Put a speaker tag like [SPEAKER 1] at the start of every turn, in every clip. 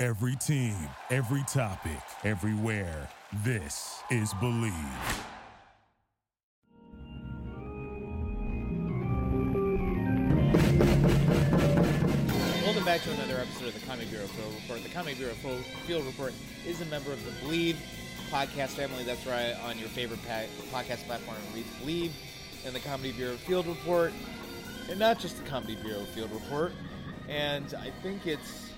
[SPEAKER 1] Every team, every topic, everywhere. This is Believe.
[SPEAKER 2] Welcome back to another episode of the Comic Bureau Field Report. The Comic Bureau Fo- Field Report is a member of the Believe podcast family. That's right, on your favorite pa- podcast platform, read Believe and the Comedy Bureau Field Report, and not just the Comedy Bureau Field Report. And I think it's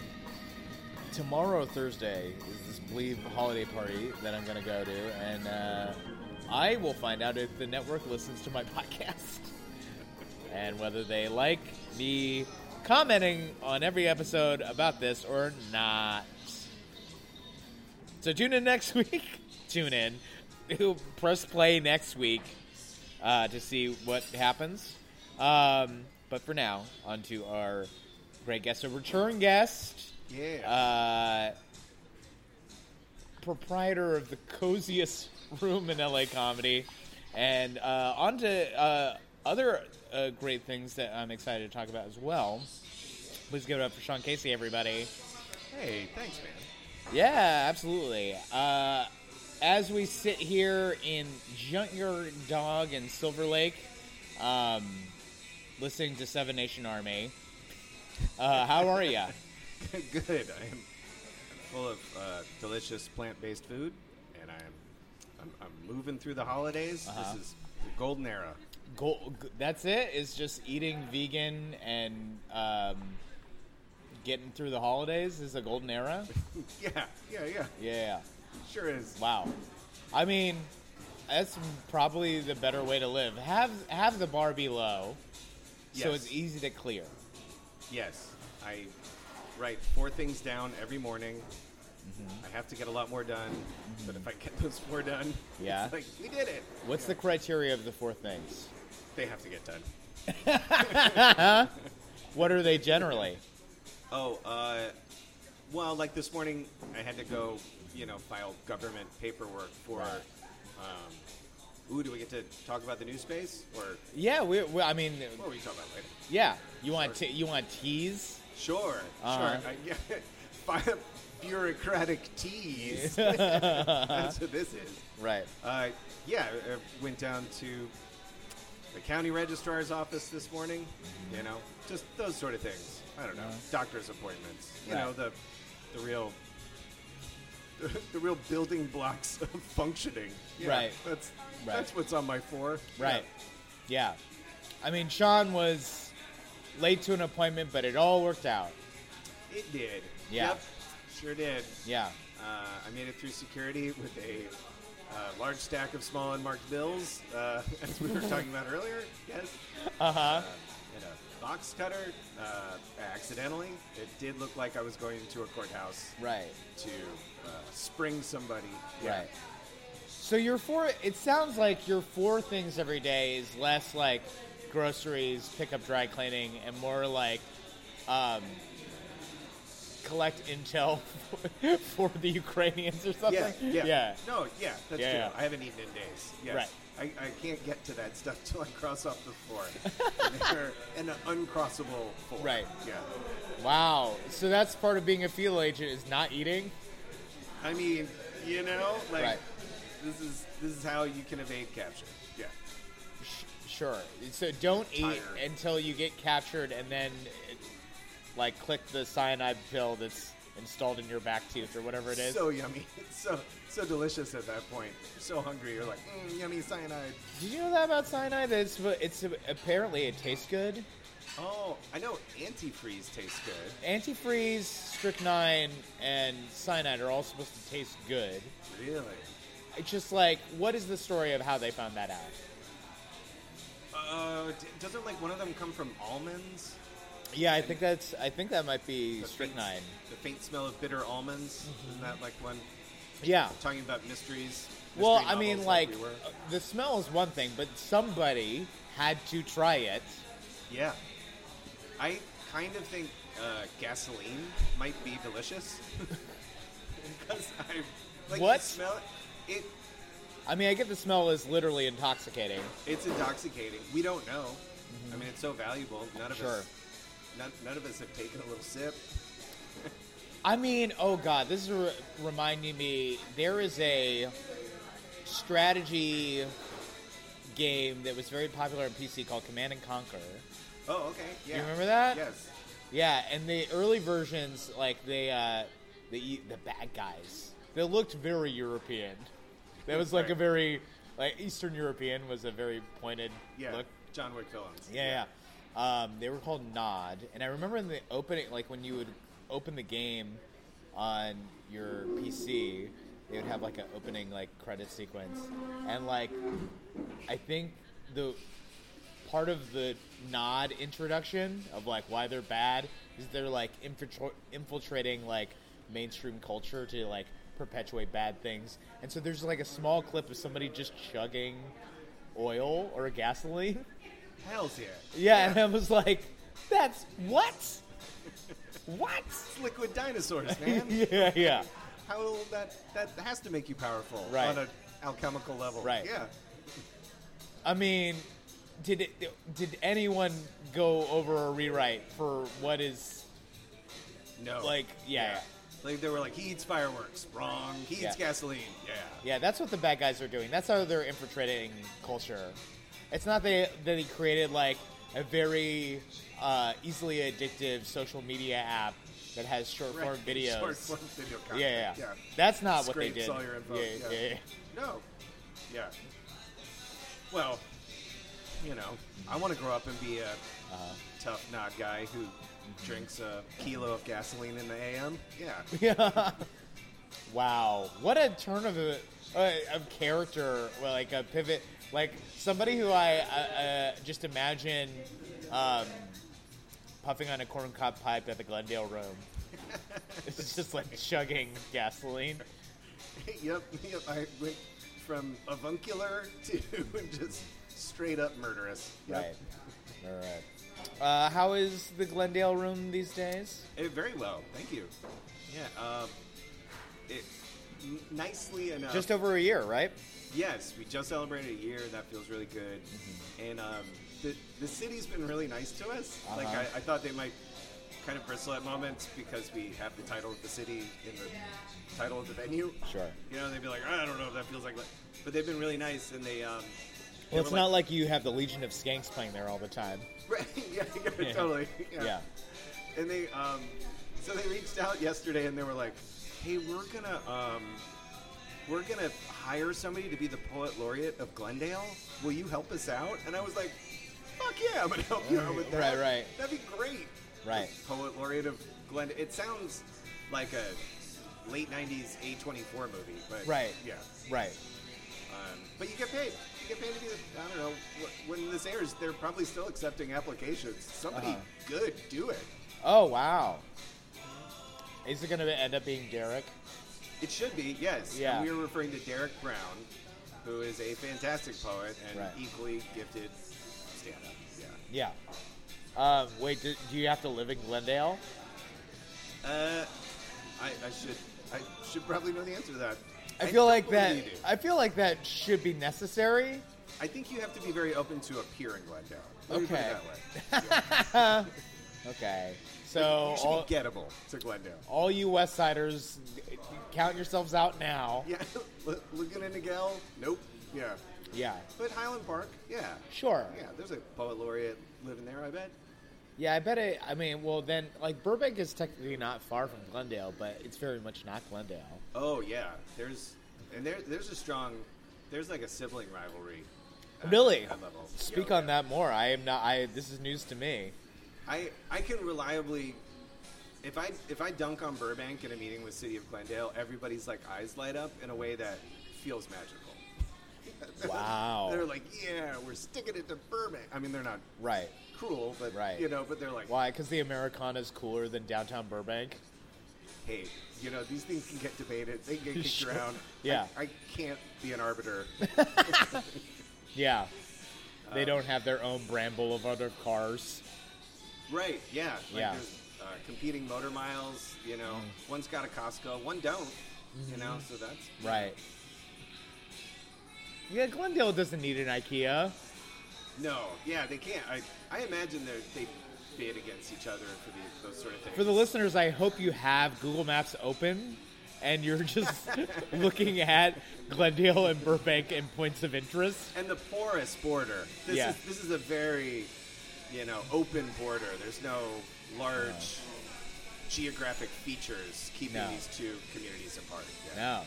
[SPEAKER 2] tomorrow, Thursday, is this Believe holiday party that I'm going to go to, and uh, I will find out if the network listens to my podcast and whether they like me commenting on every episode about this or not. So tune in next week. tune in. You'll Press play next week uh, to see what happens. Um, but for now, on to our great guest, a return guest.
[SPEAKER 3] Yeah.
[SPEAKER 2] Uh, proprietor of the coziest room in LA comedy. And uh, on to uh, other uh, great things that I'm excited to talk about as well. Please give it up for Sean Casey, everybody.
[SPEAKER 3] hey, thanks, man.
[SPEAKER 2] Yeah, absolutely. Uh, as we sit here in Junkyard Dog and Silver Lake, um, listening to Seven Nation Army, uh, how are you?
[SPEAKER 3] Good. I am full of uh, delicious plant-based food, and I am I'm, I'm moving through the holidays.
[SPEAKER 2] Uh-huh.
[SPEAKER 3] This is the golden era.
[SPEAKER 2] Go- g- that's it. It's just eating vegan and um, getting through the holidays is a golden era.
[SPEAKER 3] Yeah, yeah, yeah.
[SPEAKER 2] Yeah.
[SPEAKER 3] Sure is.
[SPEAKER 2] Wow. I mean, that's probably the better way to live. Have have the bar be low, so
[SPEAKER 3] Yes.
[SPEAKER 2] it's easy to clear.
[SPEAKER 3] Yes, I write four things down every morning.
[SPEAKER 2] Mm-hmm.
[SPEAKER 3] I have to get a lot more done, but if I get those four done,
[SPEAKER 2] Yeah.
[SPEAKER 3] it's like we did it.
[SPEAKER 2] What's the criteria of the four things?
[SPEAKER 3] They have to get done.
[SPEAKER 2] What are they generally?
[SPEAKER 3] Oh, uh, well, like this morning, I had to go, you know, file government paperwork for.
[SPEAKER 2] Right.
[SPEAKER 3] Um, ooh, do we get to talk about the new space, or
[SPEAKER 2] Yeah, we, we, I mean,
[SPEAKER 3] what we talk about later?
[SPEAKER 2] yeah. You want t- you want teas?
[SPEAKER 3] Sure,
[SPEAKER 2] Uh-huh.
[SPEAKER 3] sure. I, yeah, file bureaucratic tease. That's what this is.
[SPEAKER 2] Right.
[SPEAKER 3] Uh, yeah, I I went down to the county registrar's office this morning. You know, just those sort of things. I don't know, doctor's appointments. You know,
[SPEAKER 2] Right.
[SPEAKER 3] the the real the real building blocks of functioning. Yeah,
[SPEAKER 2] Right.
[SPEAKER 3] That's
[SPEAKER 2] Right.
[SPEAKER 3] that's what's on my floor.
[SPEAKER 2] Right. Yeah. I mean, Sean was late to an appointment, but it all worked out.
[SPEAKER 3] Yeah, it did.
[SPEAKER 2] Yeah.
[SPEAKER 3] Yep, sure did.
[SPEAKER 2] Yeah.
[SPEAKER 3] Uh, I made it through security with a uh, large stack of small unmarked bills, uh, as we were talking about earlier. Yes. Uh-huh. And a box cutter, uh, accidentally. It did look like I was going into a courthouse
[SPEAKER 2] Right.
[SPEAKER 3] to uh, spring somebody.
[SPEAKER 2] Right. So your four. It sounds like your four things every day is less like groceries, pick up dry cleaning, and more like um, collect intel for the Ukrainians or something.
[SPEAKER 3] Yeah, yeah,
[SPEAKER 2] Yeah.
[SPEAKER 3] No, yeah, that's
[SPEAKER 2] Yeah,
[SPEAKER 3] true.
[SPEAKER 2] yeah.
[SPEAKER 3] I haven't eaten in days. Yes.
[SPEAKER 2] Right.
[SPEAKER 3] I, I can't get to that stuff till I cross off the floor. And they're an uncrossable floor.
[SPEAKER 2] Right.
[SPEAKER 3] Yeah.
[SPEAKER 2] Wow. So that's part of being a field agent is not eating.
[SPEAKER 3] I mean, you know, like
[SPEAKER 2] Right.
[SPEAKER 3] this is this is how you can evade capture. Yeah.
[SPEAKER 2] Sh- sure. So don't eat
[SPEAKER 3] Tired.
[SPEAKER 2] until you get captured, and then it, like click the cyanide pill that's installed in your back tooth or whatever it is.
[SPEAKER 3] So yummy. It's so so delicious at that point. So hungry. You're like, mm, yummy cyanide.
[SPEAKER 2] Did you know that about cyanide? That It's it's apparently it tastes good.
[SPEAKER 3] Oh, I know antifreeze tastes good.
[SPEAKER 2] Antifreeze, strychnine, and cyanide are all supposed to taste good.
[SPEAKER 3] Really?
[SPEAKER 2] It's just like, what is the story of how they found that out?
[SPEAKER 3] Uh, d- doesn't like one of them come from almonds?
[SPEAKER 2] Yeah, I think that's I think that might be
[SPEAKER 3] The faint-
[SPEAKER 2] strychnine.
[SPEAKER 3] The faint smell of bitter almonds. Isn't that like one?
[SPEAKER 2] Yeah.
[SPEAKER 3] Talking about mysteries.
[SPEAKER 2] Well,
[SPEAKER 3] mystery
[SPEAKER 2] I mean,
[SPEAKER 3] novels
[SPEAKER 2] like
[SPEAKER 3] we were.
[SPEAKER 2] uh, the smell is one thing, but somebody had to try it.
[SPEAKER 3] yeah. I kind of think uh, gasoline might be delicious because I like
[SPEAKER 2] What?
[SPEAKER 3] The smell it.
[SPEAKER 2] I mean, I get the smell is literally intoxicating.
[SPEAKER 3] It's intoxicating. We don't know. I mean, it's so valuable. None of
[SPEAKER 2] Sure.
[SPEAKER 3] us, none, none of us have taken a little sip.
[SPEAKER 2] I mean, oh god, this is re- reminding me. There is a strategy game that was very popular on PC called Command and Conquer.
[SPEAKER 3] Oh, okay. Yeah.
[SPEAKER 2] You remember that?
[SPEAKER 3] Yes.
[SPEAKER 2] Yeah, and the early versions, like they, uh, the the bad guys, they looked very European. That was like a
[SPEAKER 3] Right.
[SPEAKER 2] very like Eastern European was a very pointed
[SPEAKER 3] Yeah.
[SPEAKER 2] look.
[SPEAKER 3] John Wick villains.
[SPEAKER 2] Yeah, yeah. Um, they were called Nod, and I remember in the opening, like when you would open the game on your PC, they would have like an opening like credit sequence, and like I think the part of the Nod introduction of like why they're bad is they're like infiltra- infiltrating like mainstream culture to like perpetuate bad things, and so there's like a small clip of somebody just chugging oil or gasoline.
[SPEAKER 3] Hell's yeah.
[SPEAKER 2] Yeah, and I was like, that's what? what?
[SPEAKER 3] It's liquid dinosaurs, man.
[SPEAKER 2] yeah, yeah.
[SPEAKER 3] How will that that has to make you powerful
[SPEAKER 2] Right.
[SPEAKER 3] on an alchemical level.
[SPEAKER 2] Right.
[SPEAKER 3] Yeah.
[SPEAKER 2] I mean, did it, did anyone go over a rewrite for what is
[SPEAKER 3] No.
[SPEAKER 2] like yeah.
[SPEAKER 3] Like they were like he eats fireworks. Wrong. He eats
[SPEAKER 2] Yeah.
[SPEAKER 3] gasoline. Yeah.
[SPEAKER 2] Yeah, that's what the bad guys are doing. That's how they're infiltrating culture. It's not that that he created like a very uh, easily addictive social media app that has short
[SPEAKER 3] Right.
[SPEAKER 2] form videos.
[SPEAKER 3] Short form video
[SPEAKER 2] yeah,
[SPEAKER 3] content.
[SPEAKER 2] yeah,
[SPEAKER 3] yeah.
[SPEAKER 2] That's not what they
[SPEAKER 3] Scrapes
[SPEAKER 2] did.
[SPEAKER 3] all your info.
[SPEAKER 2] Yeah,
[SPEAKER 3] Yeah.
[SPEAKER 2] yeah, yeah.
[SPEAKER 3] No. Yeah. Well, you know, I want to grow up and be a
[SPEAKER 2] Uh-huh.
[SPEAKER 3] tough nod guy who
[SPEAKER 2] Mm-hmm.
[SPEAKER 3] drinks a kilo of gasoline in the AM. Yeah.
[SPEAKER 2] Yeah. wow. What a turn of a, uh, of character, well, like a pivot, like somebody who I uh, uh, just imagine um, puffing on a corncob pipe at the Glendale Room. it's just like chugging gasoline.
[SPEAKER 3] yep. Yep. I went from avuncular to just straight up murderous. Yep.
[SPEAKER 2] Right. All right. Uh, how is the Glendale Room these days?
[SPEAKER 3] Eh, very well. Thank you. Yeah. Um, it n- nicely enough.
[SPEAKER 2] Just over a year, right?
[SPEAKER 3] Yes, we just celebrated a year. That feels really good. And um, the, the city's been really nice to us. Like,
[SPEAKER 2] Mm-hmm. Uh-huh.
[SPEAKER 3] I, I thought they might kind of bristle at moments because we have the title of the city in the title of the venue.
[SPEAKER 2] Sure.
[SPEAKER 3] You know, they'd be like, "Ah, I don't know if that feels like. But they've been really nice, and they. Um, they
[SPEAKER 2] Well, it's
[SPEAKER 3] were
[SPEAKER 2] not like you have the Legion of Skanks playing there all the time.
[SPEAKER 3] Right, yeah, yeah,
[SPEAKER 2] Yeah.
[SPEAKER 3] totally.
[SPEAKER 2] Yeah.
[SPEAKER 3] And they, um, so they reached out yesterday and they were like, hey, we're gonna, um, we're gonna hire somebody to be the poet laureate of Glendale. Will you help us out? And I was like, fuck yeah, I'm gonna help you out with that.
[SPEAKER 2] Right, right.
[SPEAKER 3] That'd be great.
[SPEAKER 2] Right.
[SPEAKER 3] Poet laureate of Glendale. It sounds like a late 90s A24 movie, but
[SPEAKER 2] Right.
[SPEAKER 3] yeah.
[SPEAKER 2] Right.
[SPEAKER 3] Um, but you get paid. You get paid to be. The, I don't know. wh- When this airs, they're probably still accepting applications. Somebody
[SPEAKER 2] Uh-huh.
[SPEAKER 3] good, do it.
[SPEAKER 2] Oh wow! Is it gonna end up being Derek?
[SPEAKER 3] It should be yes.
[SPEAKER 2] Yeah.
[SPEAKER 3] And we were referring to Derek Brown, who is a fantastic poet and
[SPEAKER 2] Right.
[SPEAKER 3] equally gifted stand-up. Yeah.
[SPEAKER 2] Yeah. Um, wait, do, do you have to live in Glendale?
[SPEAKER 3] Uh, I, I should. I should probably know the answer to that.
[SPEAKER 2] I feel
[SPEAKER 3] don't
[SPEAKER 2] like that.
[SPEAKER 3] believe you do.
[SPEAKER 2] I feel like that should be necessary.
[SPEAKER 3] I think you have to be very open to appear in Glendale. Let me put it
[SPEAKER 2] Okay.
[SPEAKER 3] that way. Yeah.
[SPEAKER 2] Okay. So
[SPEAKER 3] you should
[SPEAKER 2] all,
[SPEAKER 3] be gettable to Glendale.
[SPEAKER 2] all you West Siders, count yourselves out now.
[SPEAKER 3] Yeah. L- Laguna Niguel. Nope. Yeah.
[SPEAKER 2] Yeah.
[SPEAKER 3] But Highland Park, yeah.
[SPEAKER 2] Sure.
[SPEAKER 3] Yeah, there's a poet laureate living there, I bet.
[SPEAKER 2] Yeah, I bet it. I mean, well, then, like Burbank is technically not far from Glendale, but it's very much not Glendale.
[SPEAKER 3] Oh, yeah. There's, and there, there's a strong, there's like a sibling rivalry. at
[SPEAKER 2] Really?
[SPEAKER 3] that level.
[SPEAKER 2] Speak
[SPEAKER 3] Yeah.
[SPEAKER 2] on that more. I am not. I. This is news to me.
[SPEAKER 3] I, I can reliably, if I, if I dunk on Burbank in a meeting with City of Glendale, everybody's like eyes light up in a way that feels magical.
[SPEAKER 2] Wow.
[SPEAKER 3] they're like, yeah, we're sticking it to Burbank. I mean, they're not
[SPEAKER 2] Right.
[SPEAKER 3] cruel, but
[SPEAKER 2] Right.
[SPEAKER 3] you know, but they're like,
[SPEAKER 2] Why? Because the Americana is cooler than downtown Burbank.
[SPEAKER 3] hey, you know, these things can get debated. They can get kicked
[SPEAKER 2] Sure.
[SPEAKER 3] around.
[SPEAKER 2] Yeah.
[SPEAKER 3] I, I can't be an arbiter.
[SPEAKER 2] Yeah, they don't have their own brand boulevard of cars.
[SPEAKER 3] right, yeah. Like
[SPEAKER 2] Yeah. Mm-hmm.
[SPEAKER 3] there's uh, competing motor miles, you know. One's got a Costco, one don't. You know, so that's
[SPEAKER 2] Right. Yeah, Glendale doesn't need an IKEA.
[SPEAKER 3] no, yeah, they can't. I, I imagine they they bid against each other for the, those sort of things.
[SPEAKER 2] For the listeners, I hope you have Google Maps open and you're just looking at Glendale and Burbank and points of interest.
[SPEAKER 3] and the porous border. This
[SPEAKER 2] Yeah.
[SPEAKER 3] is this is a very, you know, open border. There's no large geographic features keeping
[SPEAKER 2] No.
[SPEAKER 3] these two communities apart. Yeah.
[SPEAKER 2] No.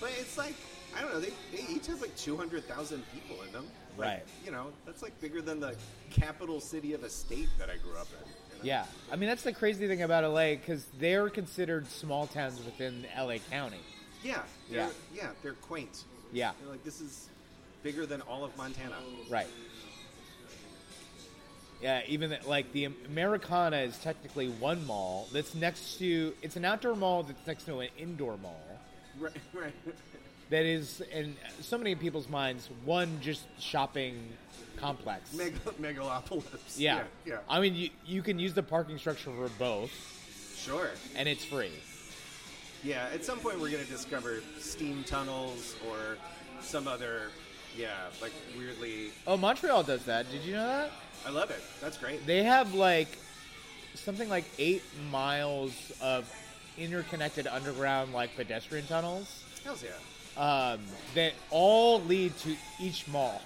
[SPEAKER 3] But it's like I don't know. They, they each has like two hundred thousand people in them. Like,
[SPEAKER 2] Right.
[SPEAKER 3] You know, that's like bigger than the capital city of a state that I grew up in. you know?
[SPEAKER 2] Yeah. I mean, that's the crazy thing about LA because they're considered small towns within LA County.
[SPEAKER 3] Yeah.
[SPEAKER 2] Yeah.
[SPEAKER 3] They're, yeah. They're quaint.
[SPEAKER 2] Yeah.
[SPEAKER 3] They're like this is bigger than all of Montana.
[SPEAKER 2] Right. Yeah, even th- like the Americana is technically one mall that's next to it's an outdoor mall that's next to an indoor mall
[SPEAKER 3] Right. Right.
[SPEAKER 2] that is in so many people's minds one just shopping complex.
[SPEAKER 3] Meg- megalopolis.
[SPEAKER 2] yeah.
[SPEAKER 3] Yeah. yeah.
[SPEAKER 2] I mean, you you can use the parking structure for both
[SPEAKER 3] Sure.
[SPEAKER 2] and it's free.
[SPEAKER 3] Yeah, at some point we're gonna discover steam tunnels or some other, yeah, like weirdly.
[SPEAKER 2] Oh, Montreal does that. Did you know that?
[SPEAKER 3] I love it. That's great.
[SPEAKER 2] They have like something like 8 miles of interconnected underground like pedestrian tunnels.
[SPEAKER 3] Hells yeah.
[SPEAKER 2] um, that all lead to each mall.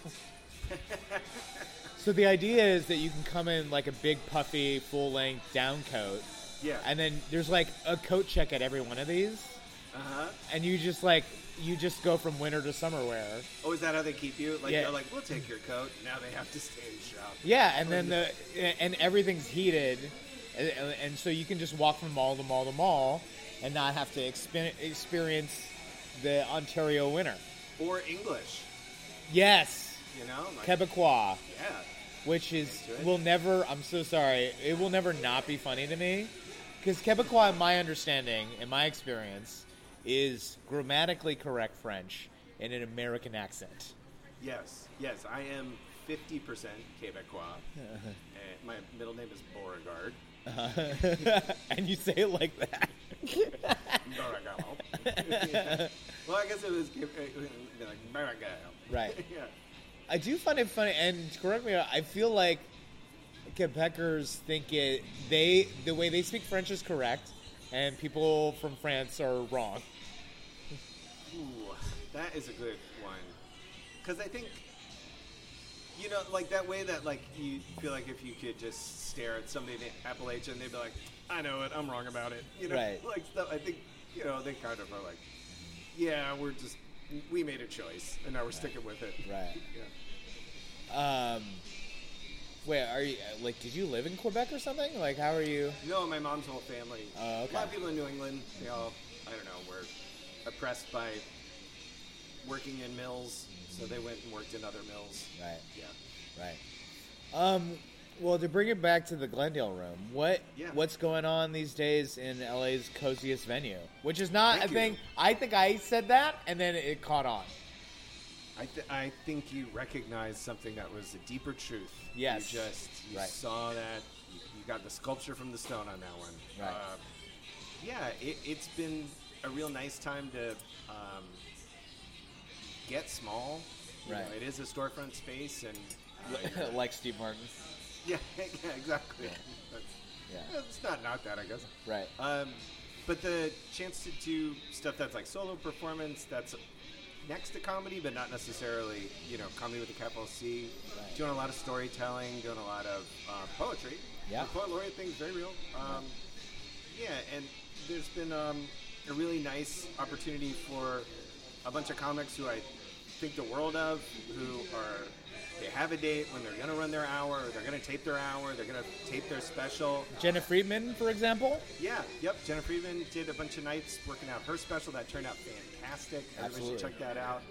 [SPEAKER 2] so the idea is that you can come in like a big puffy full length down coat,
[SPEAKER 3] Yeah.
[SPEAKER 2] and then there's like a coat check at every one of these,
[SPEAKER 3] uh huh.
[SPEAKER 2] and you just like you just go from winter to summer wear.
[SPEAKER 3] Oh, is that how they keep you? Like
[SPEAKER 2] Yeah.
[SPEAKER 3] they're like, we'll take your coat. Now they have to stay in shop.
[SPEAKER 2] Yeah, and then the and everything's heated, and, and so you can just walk from mall to mall to mall, and not have to expen- experience the Ontario winter.
[SPEAKER 3] Or English,
[SPEAKER 2] Yes,
[SPEAKER 3] you know? Like,
[SPEAKER 2] Quebecois.
[SPEAKER 3] yeah.
[SPEAKER 2] which is
[SPEAKER 3] That's right.
[SPEAKER 2] will never. I'm so sorry. It will never not be funny to me, because Quebecois, in my understanding, in my experience, is grammatically correct French in an American accent.
[SPEAKER 3] Yes. Yes. I am 50% Quebecois.
[SPEAKER 2] Uh-huh.
[SPEAKER 3] and my middle name is Beauregard.
[SPEAKER 2] and you say it like that.
[SPEAKER 3] Beauregard. Yeah. Well, I guess it was Quebe- it would be like Beauregard.
[SPEAKER 2] Right.
[SPEAKER 3] yeah.
[SPEAKER 2] I do find it funny, and correct me. I feel like Quebecers think it. They the way they speak French is correct, and people from France are wrong.
[SPEAKER 3] Ooh, that is a good one. Because I think, you know, like that way that like you feel like if you could just stare at somebody in Appalachian, they'd be like, "I know it. I'm wrong about it." You know,
[SPEAKER 2] Right.
[SPEAKER 3] like stuff. I think you know they kind of are like, "Yeah, we're just we made a choice, and now we're sticking with it."
[SPEAKER 2] Right.
[SPEAKER 3] Yeah.
[SPEAKER 2] Um, wait, are you like? Did you live in Quebec or something? Like, how are you?
[SPEAKER 3] No, my mom's whole family.
[SPEAKER 2] Oh, okay.
[SPEAKER 3] A lot of people in New England, they all, I don't know, were oppressed by working in mills, so they went and worked in other mills.
[SPEAKER 2] Right,
[SPEAKER 3] Yeah.
[SPEAKER 2] right. Um, well, to bring it back to the Glendale room, what
[SPEAKER 3] Yeah.
[SPEAKER 2] what's going on these days in LA's coziest venue? Which is not
[SPEAKER 3] Thank
[SPEAKER 2] a
[SPEAKER 3] you.
[SPEAKER 2] thing. I think I said that, and then it caught on.
[SPEAKER 3] I, th- I think you recognized something that was a deeper truth.
[SPEAKER 2] Yes.
[SPEAKER 3] You just you
[SPEAKER 2] Right.
[SPEAKER 3] saw that. You, you got the sculpture from the stone on that one.
[SPEAKER 2] Right.
[SPEAKER 3] Uh, yeah, it, it's been a real nice time to um, get small. You know,
[SPEAKER 2] Right.
[SPEAKER 3] it is a storefront space, and uh, you're-
[SPEAKER 2] like Steve Martin.
[SPEAKER 3] yeah, yeah, exactly. That's,
[SPEAKER 2] Yeah.
[SPEAKER 3] It's not not that, I guess.
[SPEAKER 2] Right.
[SPEAKER 3] Um, but the chance to do stuff that's like solo performance, that's next to comedy, but not necessarily, you know, comedy with a capital C.
[SPEAKER 2] Right.
[SPEAKER 3] Doing a lot of storytelling, doing a lot of uh, poetry.
[SPEAKER 2] Yeah.
[SPEAKER 3] The poet laureate thing's very real. Um, yeah, and there's been um, a really nice opportunity for a bunch of comics who I think the world of, who are they have a date when they're going to run their hour, or they're going to tape their hour, they're going to tape their special.
[SPEAKER 2] Jenna Friedman, for example.
[SPEAKER 3] Yeah, yep. Jenna Friedman did a bunch of nights working out her special that turned out fantastic. Everybody
[SPEAKER 2] Absolutely.
[SPEAKER 3] should check that out.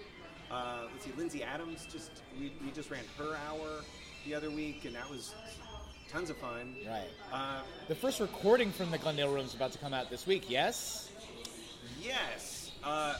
[SPEAKER 3] Uh, let's see, Lindsay Adams just we, we just ran her hour the other week, and that was tons of fun.
[SPEAKER 2] Right.
[SPEAKER 3] Uh,
[SPEAKER 2] The first recording from the Glendale room is about to come out this week. Yes.
[SPEAKER 3] yes, uh,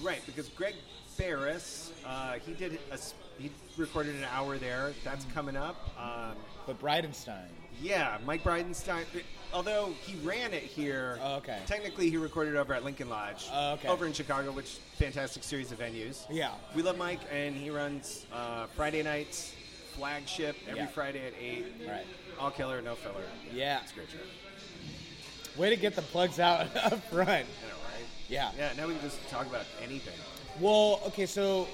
[SPEAKER 3] right. Because Greg Barris, uh, he did a s- he recorded an hour there. That's
[SPEAKER 2] Mm.
[SPEAKER 3] coming up. Um,
[SPEAKER 2] But Bridenstine.
[SPEAKER 3] yeah, Mike Bridenstine. Although he ran it here,
[SPEAKER 2] Oh, okay.
[SPEAKER 3] Technically, he recorded over at Lincoln Lodge,
[SPEAKER 2] Oh, okay.
[SPEAKER 3] over in Chicago, which fantastic series of venues.
[SPEAKER 2] Yeah.
[SPEAKER 3] we love Mike, and he runs uh, Friday nights flagship every
[SPEAKER 2] Yeah.
[SPEAKER 3] Friday at 8.
[SPEAKER 2] Right.
[SPEAKER 3] All killer, no filler.
[SPEAKER 2] Yeah.
[SPEAKER 3] It's a great show.
[SPEAKER 2] Way to get the plugs out up front.
[SPEAKER 3] I know, right?
[SPEAKER 2] Yeah.
[SPEAKER 3] Yeah, now we can just talk about anything.
[SPEAKER 2] Well, okay, so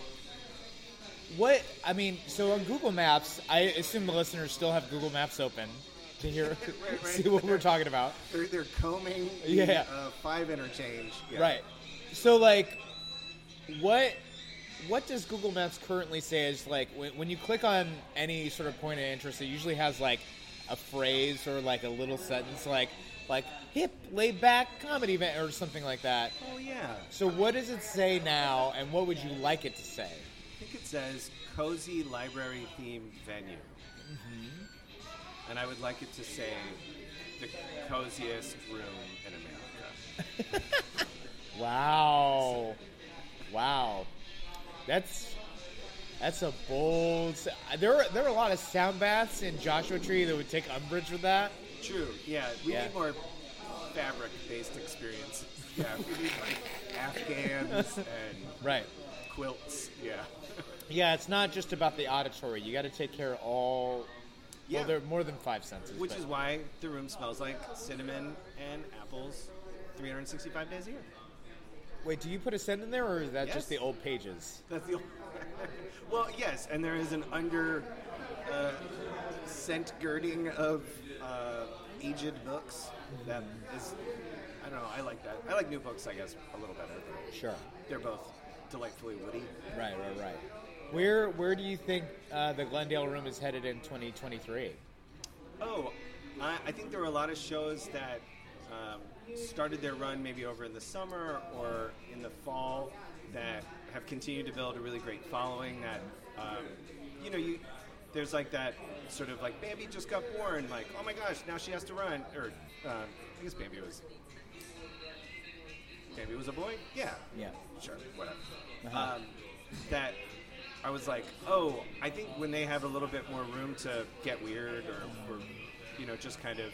[SPEAKER 2] what I mean, so on Google Maps, I assume the listeners still have Google Maps open to hear
[SPEAKER 3] Right, right.
[SPEAKER 2] see what we're talking about.
[SPEAKER 3] They're, they're combing the,
[SPEAKER 2] Yeah.
[SPEAKER 3] uh, five interchange. Yeah.
[SPEAKER 2] Right. So like what what does Google Maps currently say is like when, when you click on any sort of point of interest, it usually has like a phrase or like a little sentence like like hip laid back comedy event or something like that.
[SPEAKER 3] Oh, yeah.
[SPEAKER 2] So what does it say now and what would you like it to say?
[SPEAKER 3] I think it says cozy library themed venue. And I would like it to say the coziest room in America.
[SPEAKER 2] Wow. Wow. That's that's a bold s- there are there are a lot of sound baths in Joshua Tree that would take umbrage with that.
[SPEAKER 3] True. Yeah, we
[SPEAKER 2] Yeah.
[SPEAKER 3] need more fabric-based experiences. Yeah, we need like Afghans and
[SPEAKER 2] Right.
[SPEAKER 3] quilts. Yeah.
[SPEAKER 2] Yeah, it's not just about the auditory. You got to take care of all.
[SPEAKER 3] Yeah.
[SPEAKER 2] Well, there are more than five senses.
[SPEAKER 3] Which
[SPEAKER 2] but-
[SPEAKER 3] is why the room smells like cinnamon and apples 365 days a year.
[SPEAKER 2] wait, do you put a scent in there, or is that
[SPEAKER 3] Yes.
[SPEAKER 2] just the old pages?
[SPEAKER 3] That's the only Well, yes, and there is an under uh, scent girding of uh, aged books that is I don't know, I like that. I like new books, I guess, a little better.
[SPEAKER 2] Sure.
[SPEAKER 3] They're both delightfully woody.
[SPEAKER 2] Right, right, right. Where where do you think uh, the Glendale room is headed in 2023?
[SPEAKER 3] Oh, I, I think there were a lot of shows that um, started their run maybe over in the summer or in the fall that have continued to build a really great following. That um, you know, you there's like that sort of like Bambi just got born. Like, oh my gosh, now she has to run. Or um, I guess Bambi was Bambi was a boy. Yeah,
[SPEAKER 2] Yeah.
[SPEAKER 3] sure, whatever. Um, that I was like, oh, I think when they have a little bit more room to get weird or, or you know, just kind of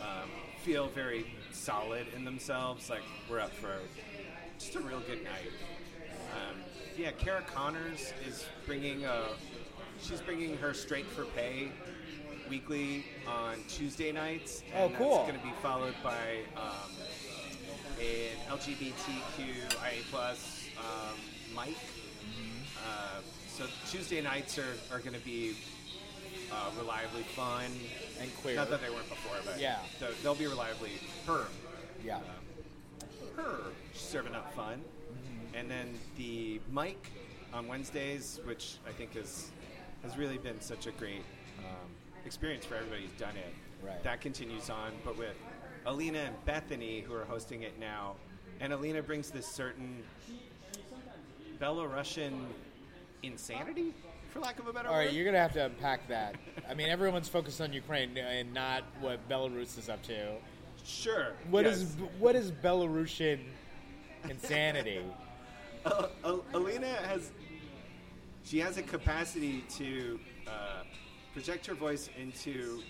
[SPEAKER 3] um, feel very solid in themselves, like we're up for just a real good night. Um, yeah, Kara Connors is bringing a, she's bringing her Straight for Pay weekly on Tuesday nights.
[SPEAKER 2] Oh, cool.
[SPEAKER 3] It's going to be followed by. Um, an LGBTQIA plus um, mic.
[SPEAKER 2] Mm-hmm.
[SPEAKER 3] Uh, so Tuesday nights are, are going to be uh, reliably fun.
[SPEAKER 2] And queer.
[SPEAKER 3] Not that they weren't before, but
[SPEAKER 2] Yeah.
[SPEAKER 3] they'll, they'll be reliably her.
[SPEAKER 2] Yeah.
[SPEAKER 3] Her serving up fun. And then the mic on Wednesdays, which I think is has really been such a great um, experience for everybody who's done it.
[SPEAKER 2] Right.
[SPEAKER 3] That continues on, but with Alina and Bethany who are hosting it now, and Alina brings this certain Belarusian insanity, for lack of a better
[SPEAKER 2] All right,
[SPEAKER 3] word.
[SPEAKER 2] you're gonna have to unpack that. I mean, everyone's focused on Ukraine and not what Belarus is up to.
[SPEAKER 3] sure.
[SPEAKER 2] What
[SPEAKER 3] yes.
[SPEAKER 2] is what is Belarusian insanity?
[SPEAKER 3] Al- Al- Alina has she has a capacity to uh, project her voice into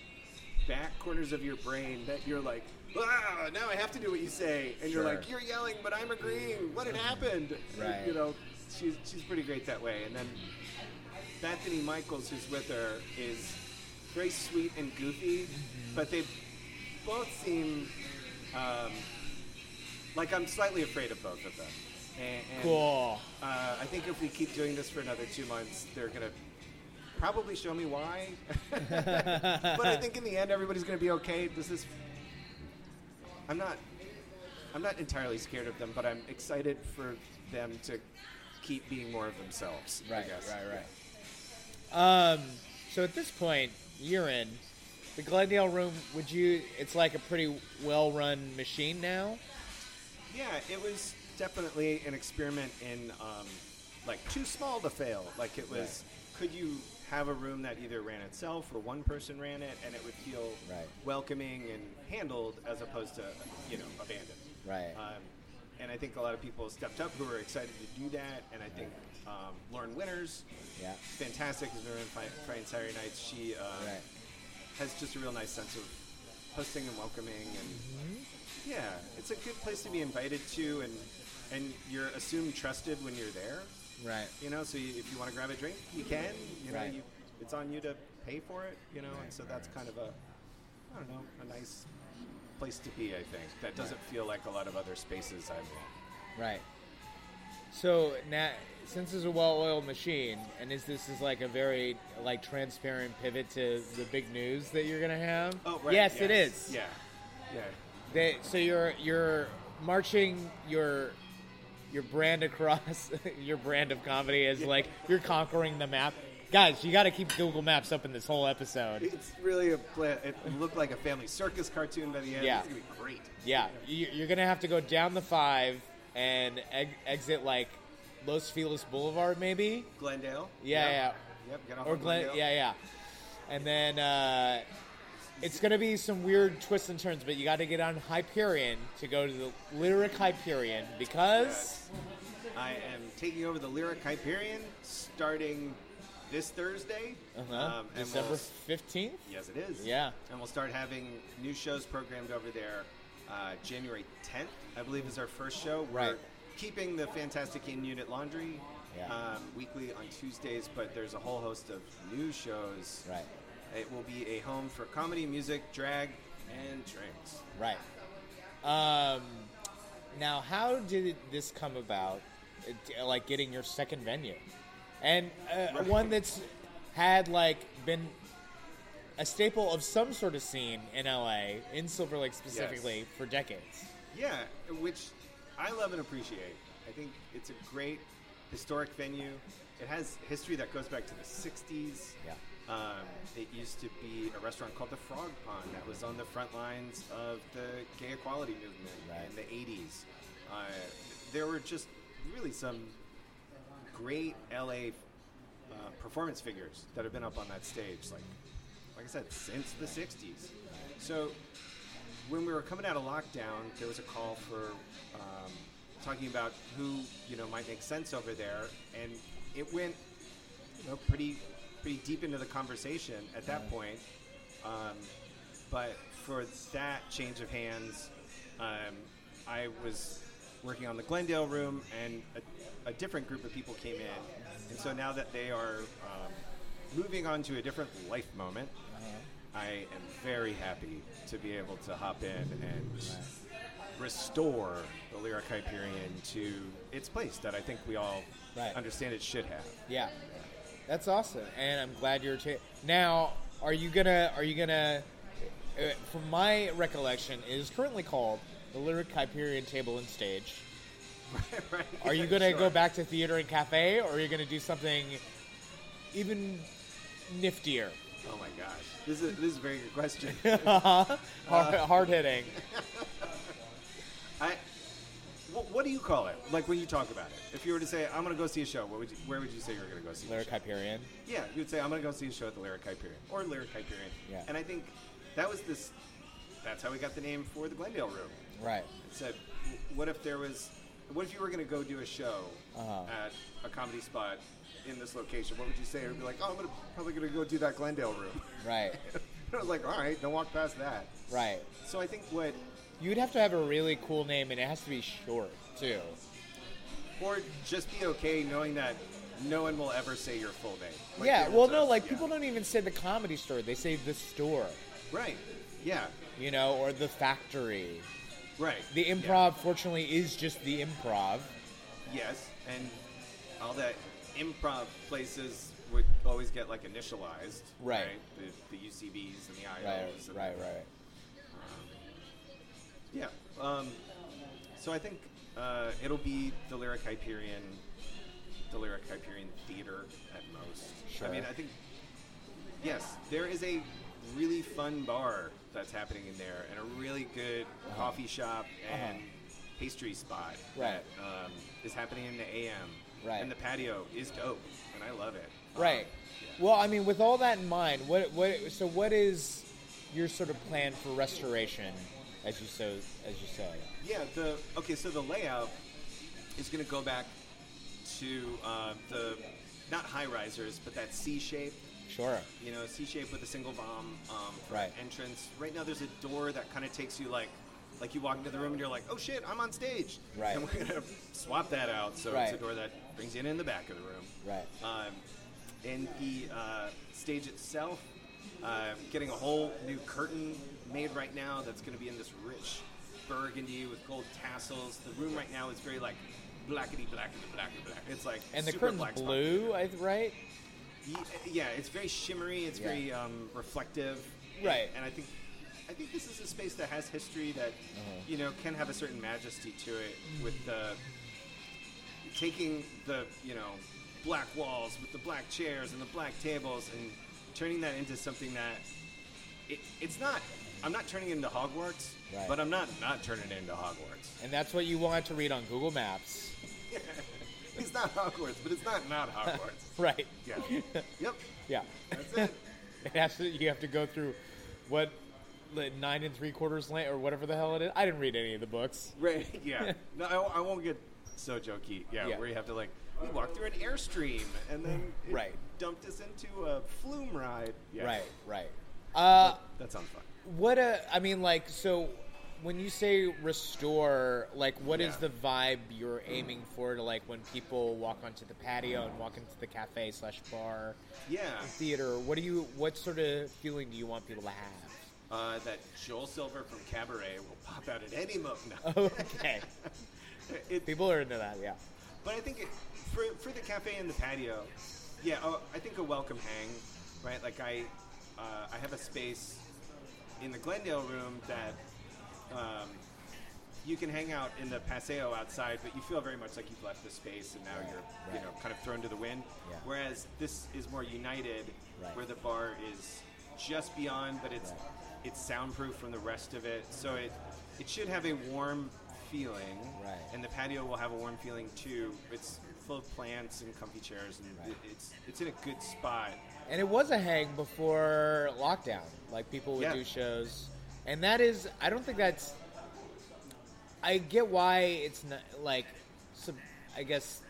[SPEAKER 3] back corners of your brain that you're like, ah, now I have to do what you say, and you're
[SPEAKER 2] Sure.
[SPEAKER 3] like, you're yelling, but I'm agreeing. What had happened?
[SPEAKER 2] Right.
[SPEAKER 3] You know, she's she's pretty great that way. And then Bethany Michaels, who's with her, is very sweet and goofy,
[SPEAKER 2] Mm-hmm.
[SPEAKER 3] but they both seem um, like I'm slightly afraid of both of them. And, and
[SPEAKER 2] cool.
[SPEAKER 3] uh, I think if we keep doing this for another two months, they're gonna probably show me why. but I think in the end, everybody's gonna be okay. This is. I'm not. I'm not entirely scared of them, but I'm excited for them to keep being more of themselves. I
[SPEAKER 2] Right,
[SPEAKER 3] guess.
[SPEAKER 2] right, right. Um, so at this point, you're in the Glendale room. Would you? It's like a pretty well-run machine now.
[SPEAKER 3] Yeah, it was definitely an experiment in um, like too small to fail. Like it was, could you have a room that either ran itself or one person ran it, and it would feel
[SPEAKER 2] Right.
[SPEAKER 3] welcoming and handled as opposed to you know abandoned.
[SPEAKER 2] Right.
[SPEAKER 3] Um, and I think a lot of people stepped up who were excited to do that, and I think um, Lauren Winters,
[SPEAKER 2] Yeah.
[SPEAKER 3] fantastic, has been running Fri- Friday and Saturday nights. She uh,
[SPEAKER 2] Right.
[SPEAKER 3] has just a real nice sense of hosting and welcoming and yeah it's a good place to be invited to and and you're assumed trusted when you're there
[SPEAKER 2] Right.
[SPEAKER 3] you know so you, if you want to grab a drink you can you know
[SPEAKER 2] Right.
[SPEAKER 3] you it's on you to pay for it, you know. And so that's kind of a, I don't know, a nice place to be. I think that doesn't feel like a lot of other spaces I've been.
[SPEAKER 2] Right. So now, since it's a well-oiled machine, and is this is like a very like transparent pivot to the big news that you're gonna have?
[SPEAKER 3] Oh, right.
[SPEAKER 2] Yes, it is.
[SPEAKER 3] Yeah, yeah.
[SPEAKER 2] They, so you're you're marching your your brand across your brand of comedy is like you're conquering the map. Guys, you got to keep Google Maps up in this whole episode.
[SPEAKER 3] It's really a plan. It looked like a family circus cartoon by the end.
[SPEAKER 2] Yeah.
[SPEAKER 3] It's gonna be great.
[SPEAKER 2] Yeah, you- you're gonna have to go down the five and eg- exit like Los Feliz Boulevard, maybe.
[SPEAKER 3] Glendale.
[SPEAKER 2] Yeah,
[SPEAKER 3] Yep.
[SPEAKER 2] yeah.
[SPEAKER 3] Yep. Get off
[SPEAKER 2] or
[SPEAKER 3] on
[SPEAKER 2] Glen,
[SPEAKER 3] Glendale.
[SPEAKER 2] yeah, yeah. And then uh, it's gonna be some weird twists and turns, but you got to get on Hyperion to go to the Lyric Hyperion because
[SPEAKER 3] I am taking over the Lyric Hyperion starting this Thursday.
[SPEAKER 2] uh-huh,
[SPEAKER 3] Um, and
[SPEAKER 2] December
[SPEAKER 3] we'll-
[SPEAKER 2] fifteenth.
[SPEAKER 3] yes, it is.
[SPEAKER 2] Yeah.
[SPEAKER 3] And we'll start having new shows programmed over there. Uh, January 10th, I believe, is our first show. We're
[SPEAKER 2] Right.
[SPEAKER 3] keeping the Fantastic In Unit Laundry
[SPEAKER 2] Yeah.
[SPEAKER 3] um, weekly on Tuesdays, but there's a whole host of new shows.
[SPEAKER 2] Right,
[SPEAKER 3] It will be a home for comedy, music, drag, and drinks.
[SPEAKER 2] right. Um, now, how did this come about? uh, t- Like getting your second venue, and uh, one that's had like been a staple of some sort of scene in LA, in Silver Lake specifically, for decades.
[SPEAKER 3] Yeah, which I love and appreciate. I think it's a great historic venue. It has history that goes back to the 60s.
[SPEAKER 2] Yeah.
[SPEAKER 3] Um, it used to be a restaurant called the Frog Pond that was on the front lines of the gay equality movement
[SPEAKER 2] Right.
[SPEAKER 3] in the 80s. Uh, there were just really some great LA uh, performance figures that have been up on that stage, like like I said, since the '60s. So when we were coming out of lockdown, there was a call for um, talking about who you know might make sense over there, and it went you know pretty pretty deep into the conversation at that point. Um, but for that change of hands, um, I was working on the Glendale room, and a, a different group of people came in, and so now that they are um, moving on to a different life moment.
[SPEAKER 2] Uh-huh.
[SPEAKER 3] I am very happy to be able to hop in and restore the Lyric Hyperion to its place that I think we all
[SPEAKER 2] Right.
[SPEAKER 3] understand it should have.
[SPEAKER 2] Yeah, that's awesome, and I'm glad you're. Ta- now, are you gonna? Are you gonna? Uh, from my recollection, it is currently called the Lyric Hyperion Table and Stage.
[SPEAKER 3] right?
[SPEAKER 2] Are you gonna go
[SPEAKER 3] Sure.
[SPEAKER 2] back to theater and cafe, or are you gonna do something even niftier,
[SPEAKER 3] Oh my gosh, this is this is a very good question. Uh.
[SPEAKER 2] hard, hard hitting?
[SPEAKER 3] I, what, what do you call it? Like when you talk about it, if you were to say I'm gonna go see a show, what would you, where would you say you're gonna go see? a
[SPEAKER 2] Lyric
[SPEAKER 3] show?
[SPEAKER 2] Hyperion.
[SPEAKER 3] Yeah, you would say I'm gonna go see a show at the Lyric Hyperion or Lyric Hyperion.
[SPEAKER 2] Yeah.
[SPEAKER 3] And I think that was this. That's how we got the name for the Glendale room.
[SPEAKER 2] Right.
[SPEAKER 3] said, "W- "What if there was? What if you were going to go do a show at a comedy spot in this location? What would you say?" It would be like, "Oh, I'm gonna, probably going to go do that Glendale room."
[SPEAKER 2] Right.
[SPEAKER 3] and I was like, "All right, don't walk past that."
[SPEAKER 2] Right.
[SPEAKER 3] So I think what,
[SPEAKER 2] You'd have to have a really cool name, and it has to be short too.
[SPEAKER 3] or just be okay knowing that no one will ever say your full name. Like,
[SPEAKER 2] yeah.
[SPEAKER 3] they
[SPEAKER 2] Well,
[SPEAKER 3] will
[SPEAKER 2] no,
[SPEAKER 3] just-
[SPEAKER 2] like
[SPEAKER 3] yeah.
[SPEAKER 2] people don't even say the comedy store; they say the store.
[SPEAKER 3] Right. Yeah.
[SPEAKER 2] you know, or the factory.
[SPEAKER 3] Right.
[SPEAKER 2] The
[SPEAKER 3] Yeah.
[SPEAKER 2] improv, fortunately, is just the improv.
[SPEAKER 3] Yes, and all that improv places would always get like initialized,
[SPEAKER 2] Right.
[SPEAKER 3] The, the UCBs and the IOs,
[SPEAKER 2] Right,
[SPEAKER 3] and-
[SPEAKER 2] right, right.
[SPEAKER 3] Yeah. Um, so I think uh, it'll be the Lyric Hyperion, the Lyric Hyperion Theater at most.
[SPEAKER 2] Sure.
[SPEAKER 3] I mean, I think yes, there is a really fun bar that's happening in there, and a really good
[SPEAKER 2] Uh-huh.
[SPEAKER 3] coffee shop and pastry spot
[SPEAKER 2] Right.
[SPEAKER 3] that um, is happening in the AM.
[SPEAKER 2] Right.
[SPEAKER 3] And the patio is dope, and I love it.
[SPEAKER 2] Right.
[SPEAKER 3] Yeah.
[SPEAKER 2] Well, I mean, with all that in mind, what, what, so what is your sort of plan for restoration, as you so, as you say?
[SPEAKER 3] Yeah. The okay. So the layout is going to go back to uh, the not high risers, but that C shape.
[SPEAKER 2] Sure.
[SPEAKER 3] You know, C shape with a single bomb um, for
[SPEAKER 2] Right.
[SPEAKER 3] entrance. Right now, there's a door that kind of takes you like, like you walk into the room and you're like, oh shit, I'm on stage.
[SPEAKER 2] Right.
[SPEAKER 3] And we're gonna swap that out. So
[SPEAKER 2] Right.
[SPEAKER 3] it's a door that brings you in in the back of the room.
[SPEAKER 2] Right.
[SPEAKER 3] Um, and the uh, stage itself. Uh, getting a whole new curtain made right now that's going to be in this rich burgundy with gold tassels. The room right now is very like blackety blackety blackety black. It's like
[SPEAKER 2] And the
[SPEAKER 3] super
[SPEAKER 2] curtain's
[SPEAKER 3] black spot.
[SPEAKER 2] blue, I, th- right?
[SPEAKER 3] Ye- Yeah, it's very shimmery. It's
[SPEAKER 2] Yeah.
[SPEAKER 3] very um, reflective.
[SPEAKER 2] Right.
[SPEAKER 3] And I think, I think this is a space that has history that, you know, can have a certain majesty to it with the taking the you know black walls with the black chairs and the black tables and turning that into something that it, it's not. I'm not turning it into Hogwarts,
[SPEAKER 2] Right.
[SPEAKER 3] but I'm not not turning it into Hogwarts.
[SPEAKER 2] And that's what you want to read on Google Maps,
[SPEAKER 3] It's not Hogwarts, but it's not not Hogwarts.
[SPEAKER 2] right?
[SPEAKER 3] yeah. Yep.
[SPEAKER 2] Yeah,
[SPEAKER 3] That's it.
[SPEAKER 2] it has to. You have to go through what like, nine and three quarters lane or whatever the hell it is. I didn't read any of the books.
[SPEAKER 3] Right. Yeah. No, I, I won't get so jokey. Yeah,
[SPEAKER 2] Yeah.
[SPEAKER 3] Where you have to like, we walked through an airstream and then it
[SPEAKER 2] Right.
[SPEAKER 3] dumped us into a flume ride. Yeah.
[SPEAKER 2] Right, right. Uh,
[SPEAKER 3] That sounds fun.
[SPEAKER 2] what a. I mean, like, so when you say restore, like, what is
[SPEAKER 3] Yeah.
[SPEAKER 2] the vibe you're aiming for to like when people walk onto the patio and walk into the cafe slash bar,
[SPEAKER 3] Yeah.
[SPEAKER 2] theater? What do you? What sort of feeling do you want people to have?
[SPEAKER 3] Uh, that Joel Silver from Cabaret will pop out at any moment.
[SPEAKER 2] Okay,
[SPEAKER 3] It-
[SPEAKER 2] people are into that. Yeah,
[SPEAKER 3] But I think it, for for the cafe and the patio, yeah, oh, I think a welcome hang, right? Like I, uh, I have a space in the Glendale room that um, you can hang out in the paseo outside, but you feel very much like you've left the space and now you're you
[SPEAKER 2] right.
[SPEAKER 3] know kind of thrown to the wind.
[SPEAKER 2] Yeah.
[SPEAKER 3] Whereas this is more united,
[SPEAKER 2] Right.
[SPEAKER 3] where the bar is just beyond, but it's it's soundproof from the rest of it, so it it should have a warm feeling
[SPEAKER 2] Right.
[SPEAKER 3] and the patio will have a warm feeling too. It's full of plants and comfy chairs, and
[SPEAKER 2] Right.
[SPEAKER 3] it- it's it's in a good spot.
[SPEAKER 2] and it was a hang before lockdown. Like people would
[SPEAKER 3] Yeah.
[SPEAKER 2] do shows, and that is. I don't think that's. I get why it's not like, sub, I guess,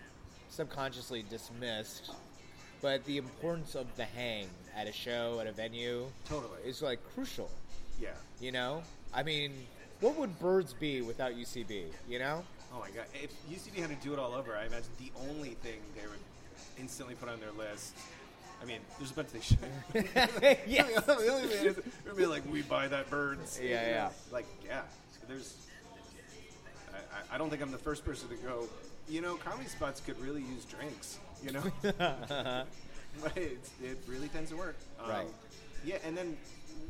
[SPEAKER 2] subconsciously dismissed, but the importance of the hang at a show at a venue
[SPEAKER 3] Totally.
[SPEAKER 2] is like crucial.
[SPEAKER 3] Yeah.
[SPEAKER 2] You know, I mean, what would birds be without UCB? You know,
[SPEAKER 3] Oh my god! If UCB had to do it all over, I imagine the only thing they would instantly put on their list. I mean, there's a bunch they should.
[SPEAKER 2] yes,
[SPEAKER 3] the only thing is, it would be like we buy that birds.
[SPEAKER 2] Yeah, yeah.
[SPEAKER 3] Like yeah, there's. I, I- I don't think I'm the first person to go. You know, comedy spots could really use drinks. You know. but it, it really tends to work. Um,
[SPEAKER 2] Right.
[SPEAKER 3] Yeah, and then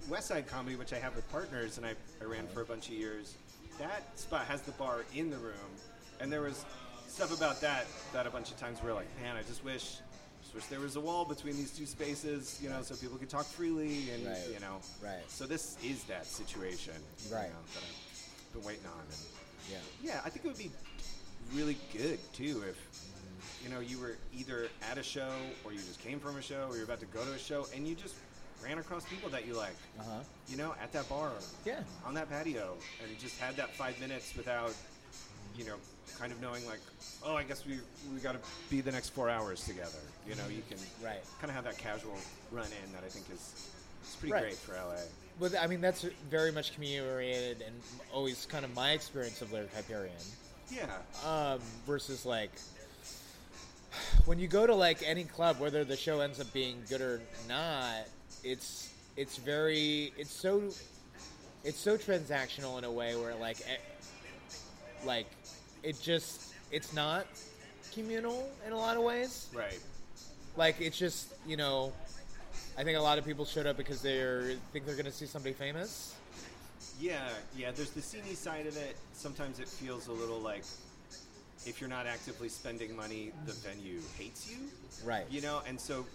[SPEAKER 3] West Side Comedy, which I have with partners, and I, I ran
[SPEAKER 2] Uh-huh.
[SPEAKER 3] for a bunch of years. That spot has the bar in the room, and there was stuff about that that a bunch of times we are like, man, I just wish, just wish there was a wall between these two spaces, you know, so people could talk freely, and
[SPEAKER 2] Right.
[SPEAKER 3] you know,
[SPEAKER 2] Right.
[SPEAKER 3] So this is that situation, you
[SPEAKER 2] Right.
[SPEAKER 3] know, that I've been waiting on. And,
[SPEAKER 2] yeah,
[SPEAKER 3] yeah, I think it would be really good too if you know you were either at a show or you just came from a show or you're about to go to a show and you just ran across people that you like.
[SPEAKER 2] Uh-huh.
[SPEAKER 3] You know, at that bar.
[SPEAKER 2] Yeah.
[SPEAKER 3] On that patio and just had that 5 minutes without you know kind of knowing like, oh, I guess we we got to be the next 4 hours together. You know, you can
[SPEAKER 2] Right.
[SPEAKER 3] kind of have that casual run in that I think is it's pretty
[SPEAKER 2] Right.
[SPEAKER 3] great for LA.
[SPEAKER 2] But I mean, that's very much community oriented and always kind of my experience of Lyric Hyperion
[SPEAKER 3] Yeah.
[SPEAKER 2] um, versus like when you go to like any club, whether the show ends up being good or not, it's it's very it's so it's so transactional in a way where like e- like it just it's not communal in a lot of ways
[SPEAKER 3] Right.
[SPEAKER 2] like it's just you know i think a lot of people showed up because they're think they're gonna see somebody famous
[SPEAKER 3] Yeah, yeah. There's the sceney side of it. Sometimes it feels a little like if you're not actively spending money, the venue hates you.
[SPEAKER 2] right
[SPEAKER 3] You know, and so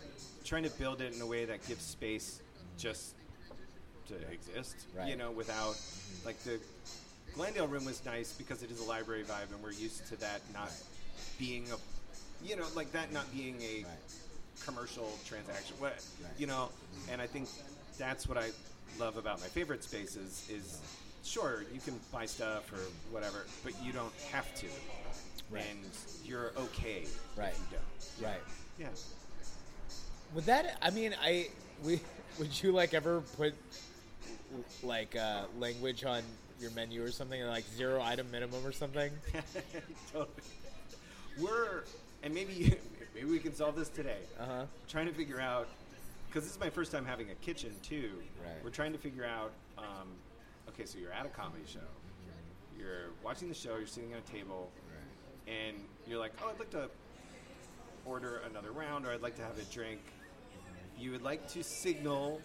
[SPEAKER 3] trying to build it in a way that gives space just to exist. You
[SPEAKER 2] Right.
[SPEAKER 3] know, without like the Glendale room was nice because it is a library vibe, and we're used to that not being a, you know, like that not being a commercial transaction. What you know,
[SPEAKER 2] Mm-hmm.
[SPEAKER 3] and I think that's what I love about my favorite spaces is sure you can buy stuff or whatever, but you don't have to,
[SPEAKER 2] Mm-hmm. Right.
[SPEAKER 3] and you're okay
[SPEAKER 2] Right.
[SPEAKER 3] if you don't.
[SPEAKER 2] right
[SPEAKER 3] Yeah.
[SPEAKER 2] would that i mean i we would you like ever put like uh language on your menu or something like zero item minimum or something
[SPEAKER 3] totally. We're and maybe you, Maybe we can solve this today.
[SPEAKER 2] Uh huh.
[SPEAKER 3] trying to figure out because this is my first time having a kitchen too.
[SPEAKER 2] Right.
[SPEAKER 3] We're trying to figure out. Um, okay, so you're at a comedy show. You're watching the show. You're sitting at a table, and you're like, "Oh, I'd like to order another round, or I'd like to have a drink." You would like to signal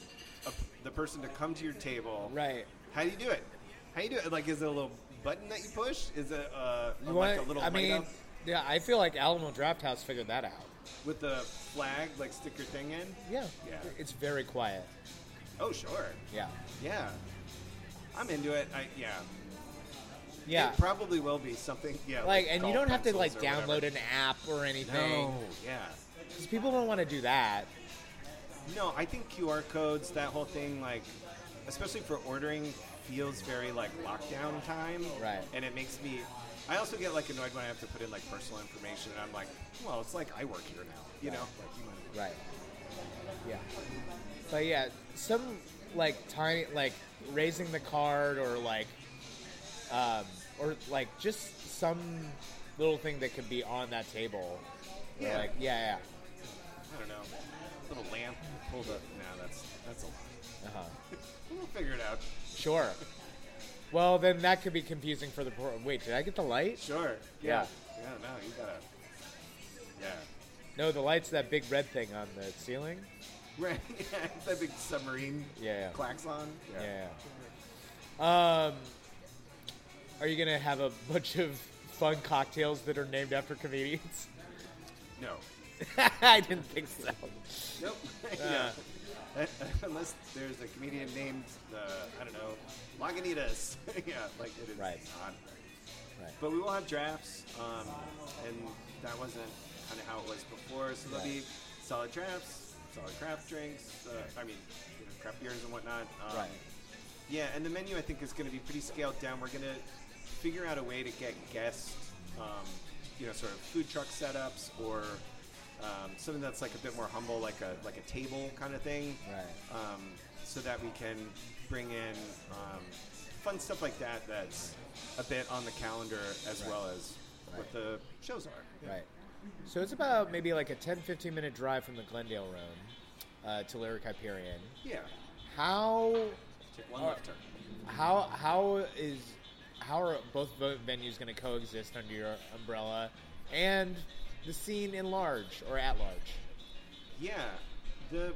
[SPEAKER 3] a, the person to come to your table.
[SPEAKER 2] Right.
[SPEAKER 3] How do you do it? How do you do it? Like, is it a little button that you push? Is it uh,
[SPEAKER 2] You
[SPEAKER 3] like
[SPEAKER 2] want-
[SPEAKER 3] a little
[SPEAKER 2] I
[SPEAKER 3] light
[SPEAKER 2] mean,
[SPEAKER 3] up
[SPEAKER 2] yeah, I feel like Alamo Draft House figured that out.
[SPEAKER 3] with the flag, like stick your thing in?
[SPEAKER 2] Yeah.
[SPEAKER 3] Yeah.
[SPEAKER 2] It's very quiet.
[SPEAKER 3] Oh, sure.
[SPEAKER 2] Yeah.
[SPEAKER 3] Yeah, I'm into it. I yeah.
[SPEAKER 2] Yeah.
[SPEAKER 3] It probably will be something. Yeah,
[SPEAKER 2] like, and you
[SPEAKER 3] golf
[SPEAKER 2] don't have to like
[SPEAKER 3] pencils or
[SPEAKER 2] download
[SPEAKER 3] whatever.
[SPEAKER 2] an app or anything.
[SPEAKER 3] No, yeah,
[SPEAKER 2] Because people don't want to do that.
[SPEAKER 3] no. I think QR codes, that whole thing, like, especially for ordering, feels very like lockdown time.
[SPEAKER 2] Right.
[SPEAKER 3] And it makes me. I also get like annoyed when I have to put in like personal information, and I'm like, well, it's like I work here now. You know. Like, you might-
[SPEAKER 2] Right. Yeah. But yeah, some like tiny like raising the card or like um or like just some little thing that could be on that table. Or,
[SPEAKER 3] Yeah.
[SPEAKER 2] Like yeah,
[SPEAKER 3] I don't know. Little lamp pulled up. No, that's that's a lot.
[SPEAKER 2] yeah. Uh-huh.
[SPEAKER 3] We'll figure it out.
[SPEAKER 2] Sure. Well, then that could be confusing for the poor. Wait, did I get the light?
[SPEAKER 3] Sure.
[SPEAKER 2] Yeah.
[SPEAKER 3] Yeah. No, you gotta. Yeah.
[SPEAKER 2] No, the light's that big red thing on the ceiling.
[SPEAKER 3] Right, yeah, it's that big submarine
[SPEAKER 2] Yeah, yeah.
[SPEAKER 3] klaxon.
[SPEAKER 2] Yeah. Um, are you gonna have a bunch of fun cocktails that are named after comedians?
[SPEAKER 3] No.
[SPEAKER 2] I didn't think so.
[SPEAKER 3] Nope. yeah. Uh, Unless there's a comedian named, uh, I don't know, Lagunitas. yeah, like it is
[SPEAKER 2] Right.
[SPEAKER 3] not.
[SPEAKER 2] Right.
[SPEAKER 3] But we will have drafts, um, and that wasn't kind of how it was before. So there'll be
[SPEAKER 2] Right.
[SPEAKER 3] solid drafts, solid craft drinks. Uh, I mean, you know, craft beers and whatnot. Um,
[SPEAKER 2] Right.
[SPEAKER 3] Yeah, and the menu I think is going to be pretty scaled down. We're going to figure out a way to get guests, um, you know, sort of food truck setups or um, something that's like a bit more humble, like a like a table kind of thing.
[SPEAKER 2] Right.
[SPEAKER 3] Um, so that we can bring in um, fun stuff like that. That's a bit on the calendar as
[SPEAKER 2] Right.
[SPEAKER 3] well as
[SPEAKER 2] Right.
[SPEAKER 3] what the shows are. Yeah.
[SPEAKER 2] Right. So it's about maybe like a 10, 15 minute drive from the Glendale Room uh, to Lyric Hyperion.
[SPEAKER 3] Yeah.
[SPEAKER 2] How
[SPEAKER 3] Take one
[SPEAKER 2] All
[SPEAKER 3] left turn.
[SPEAKER 2] right. how how is how are both vo- venues going to coexist under your umbrella and the scene in large or at large?
[SPEAKER 3] Yeah, the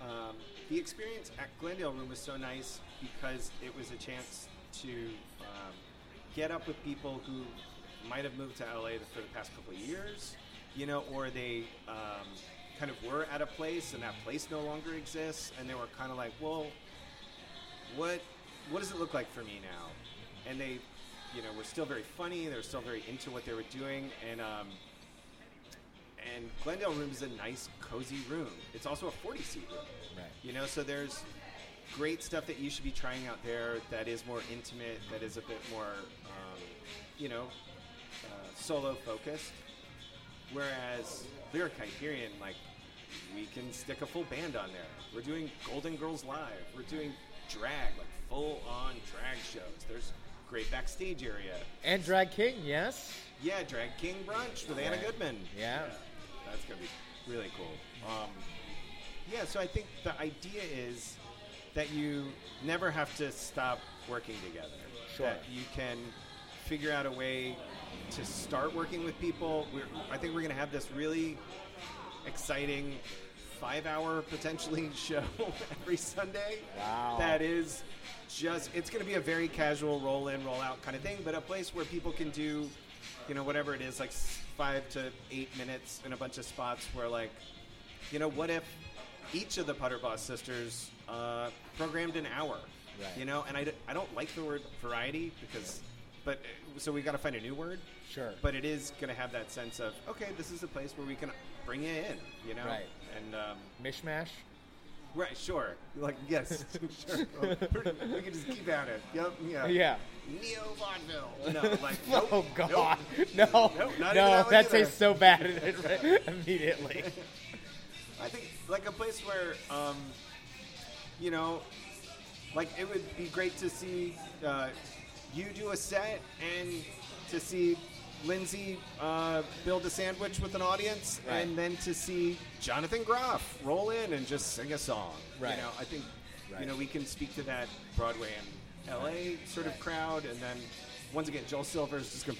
[SPEAKER 3] um, the experience at Glendale Room was so nice because it was a chance to um, get up with people who might have moved to LA for the past couple of years, you know, or they um, kind of were at a place and that place no longer exists, and they were kind of like, well, what what does it look like for me now? And they, you know, were still very funny. They were still very into what they were doing, and um, and Glendale Room is a nice, cozy room. It's also a 40 seat room.
[SPEAKER 2] Right.
[SPEAKER 3] You know, so there's great stuff that you should be trying out there that is more intimate, that is a bit more, um, you know, uh, solo focused. Whereas Lyric Hyperion, like, we can stick a full band on there. We're doing Golden Girls Live. We're doing drag, like full on drag shows. There's great backstage area.
[SPEAKER 2] And Drag King, yes.
[SPEAKER 3] Yeah, Drag King Brunch with Anna
[SPEAKER 2] Right.
[SPEAKER 3] Goodman.
[SPEAKER 2] Yeah.
[SPEAKER 3] That's going to be really cool. Um, yeah, so I think the idea is that you never have to stop working together.
[SPEAKER 2] Sure.
[SPEAKER 3] That you can figure out a way to start working with people. We're, I think we're going to have this really exciting five hour potentially show every Sunday.
[SPEAKER 2] Wow.
[SPEAKER 3] That is just, it's going to be a very casual roll in, roll out kind of thing, but a place where people can do, you know, whatever it is, like s- five to eight minutes in a bunch of spots where, like, you know, what if each of the Putterboss sisters uh, programmed an hour?
[SPEAKER 2] Right.
[SPEAKER 3] You know, and I, d- I don't like the word variety because, but uh, so we got to find a new word.
[SPEAKER 2] Sure.
[SPEAKER 3] But it is going to have that sense of, okay, this is a place where we can bring you in, you know?
[SPEAKER 2] Right.
[SPEAKER 3] And, um,
[SPEAKER 2] Mishmash.
[SPEAKER 3] right, sure. Like, yes, sure. Well, we can just keep at it. Yep, yeah.
[SPEAKER 2] Yeah.
[SPEAKER 3] Neo vaudeville. No, like, nope,
[SPEAKER 2] Oh God,
[SPEAKER 3] nope.
[SPEAKER 2] no,
[SPEAKER 3] Nope, not
[SPEAKER 2] no,
[SPEAKER 3] even that one
[SPEAKER 2] that
[SPEAKER 3] either.
[SPEAKER 2] tastes so bad immediately.
[SPEAKER 3] I think like a place where, um, you know, like it would be great to see uh, you do a set and to see Lindsay uh, build a sandwich with an audience,
[SPEAKER 2] Right.
[SPEAKER 3] and then to see Jonathan Groff roll in and just sing a song.
[SPEAKER 2] Right.
[SPEAKER 3] You know, I think
[SPEAKER 2] Right.
[SPEAKER 3] you know we can speak to that Broadway and LA sort
[SPEAKER 2] Right.
[SPEAKER 3] of crowd, and then once again, Joel Silver is just gonna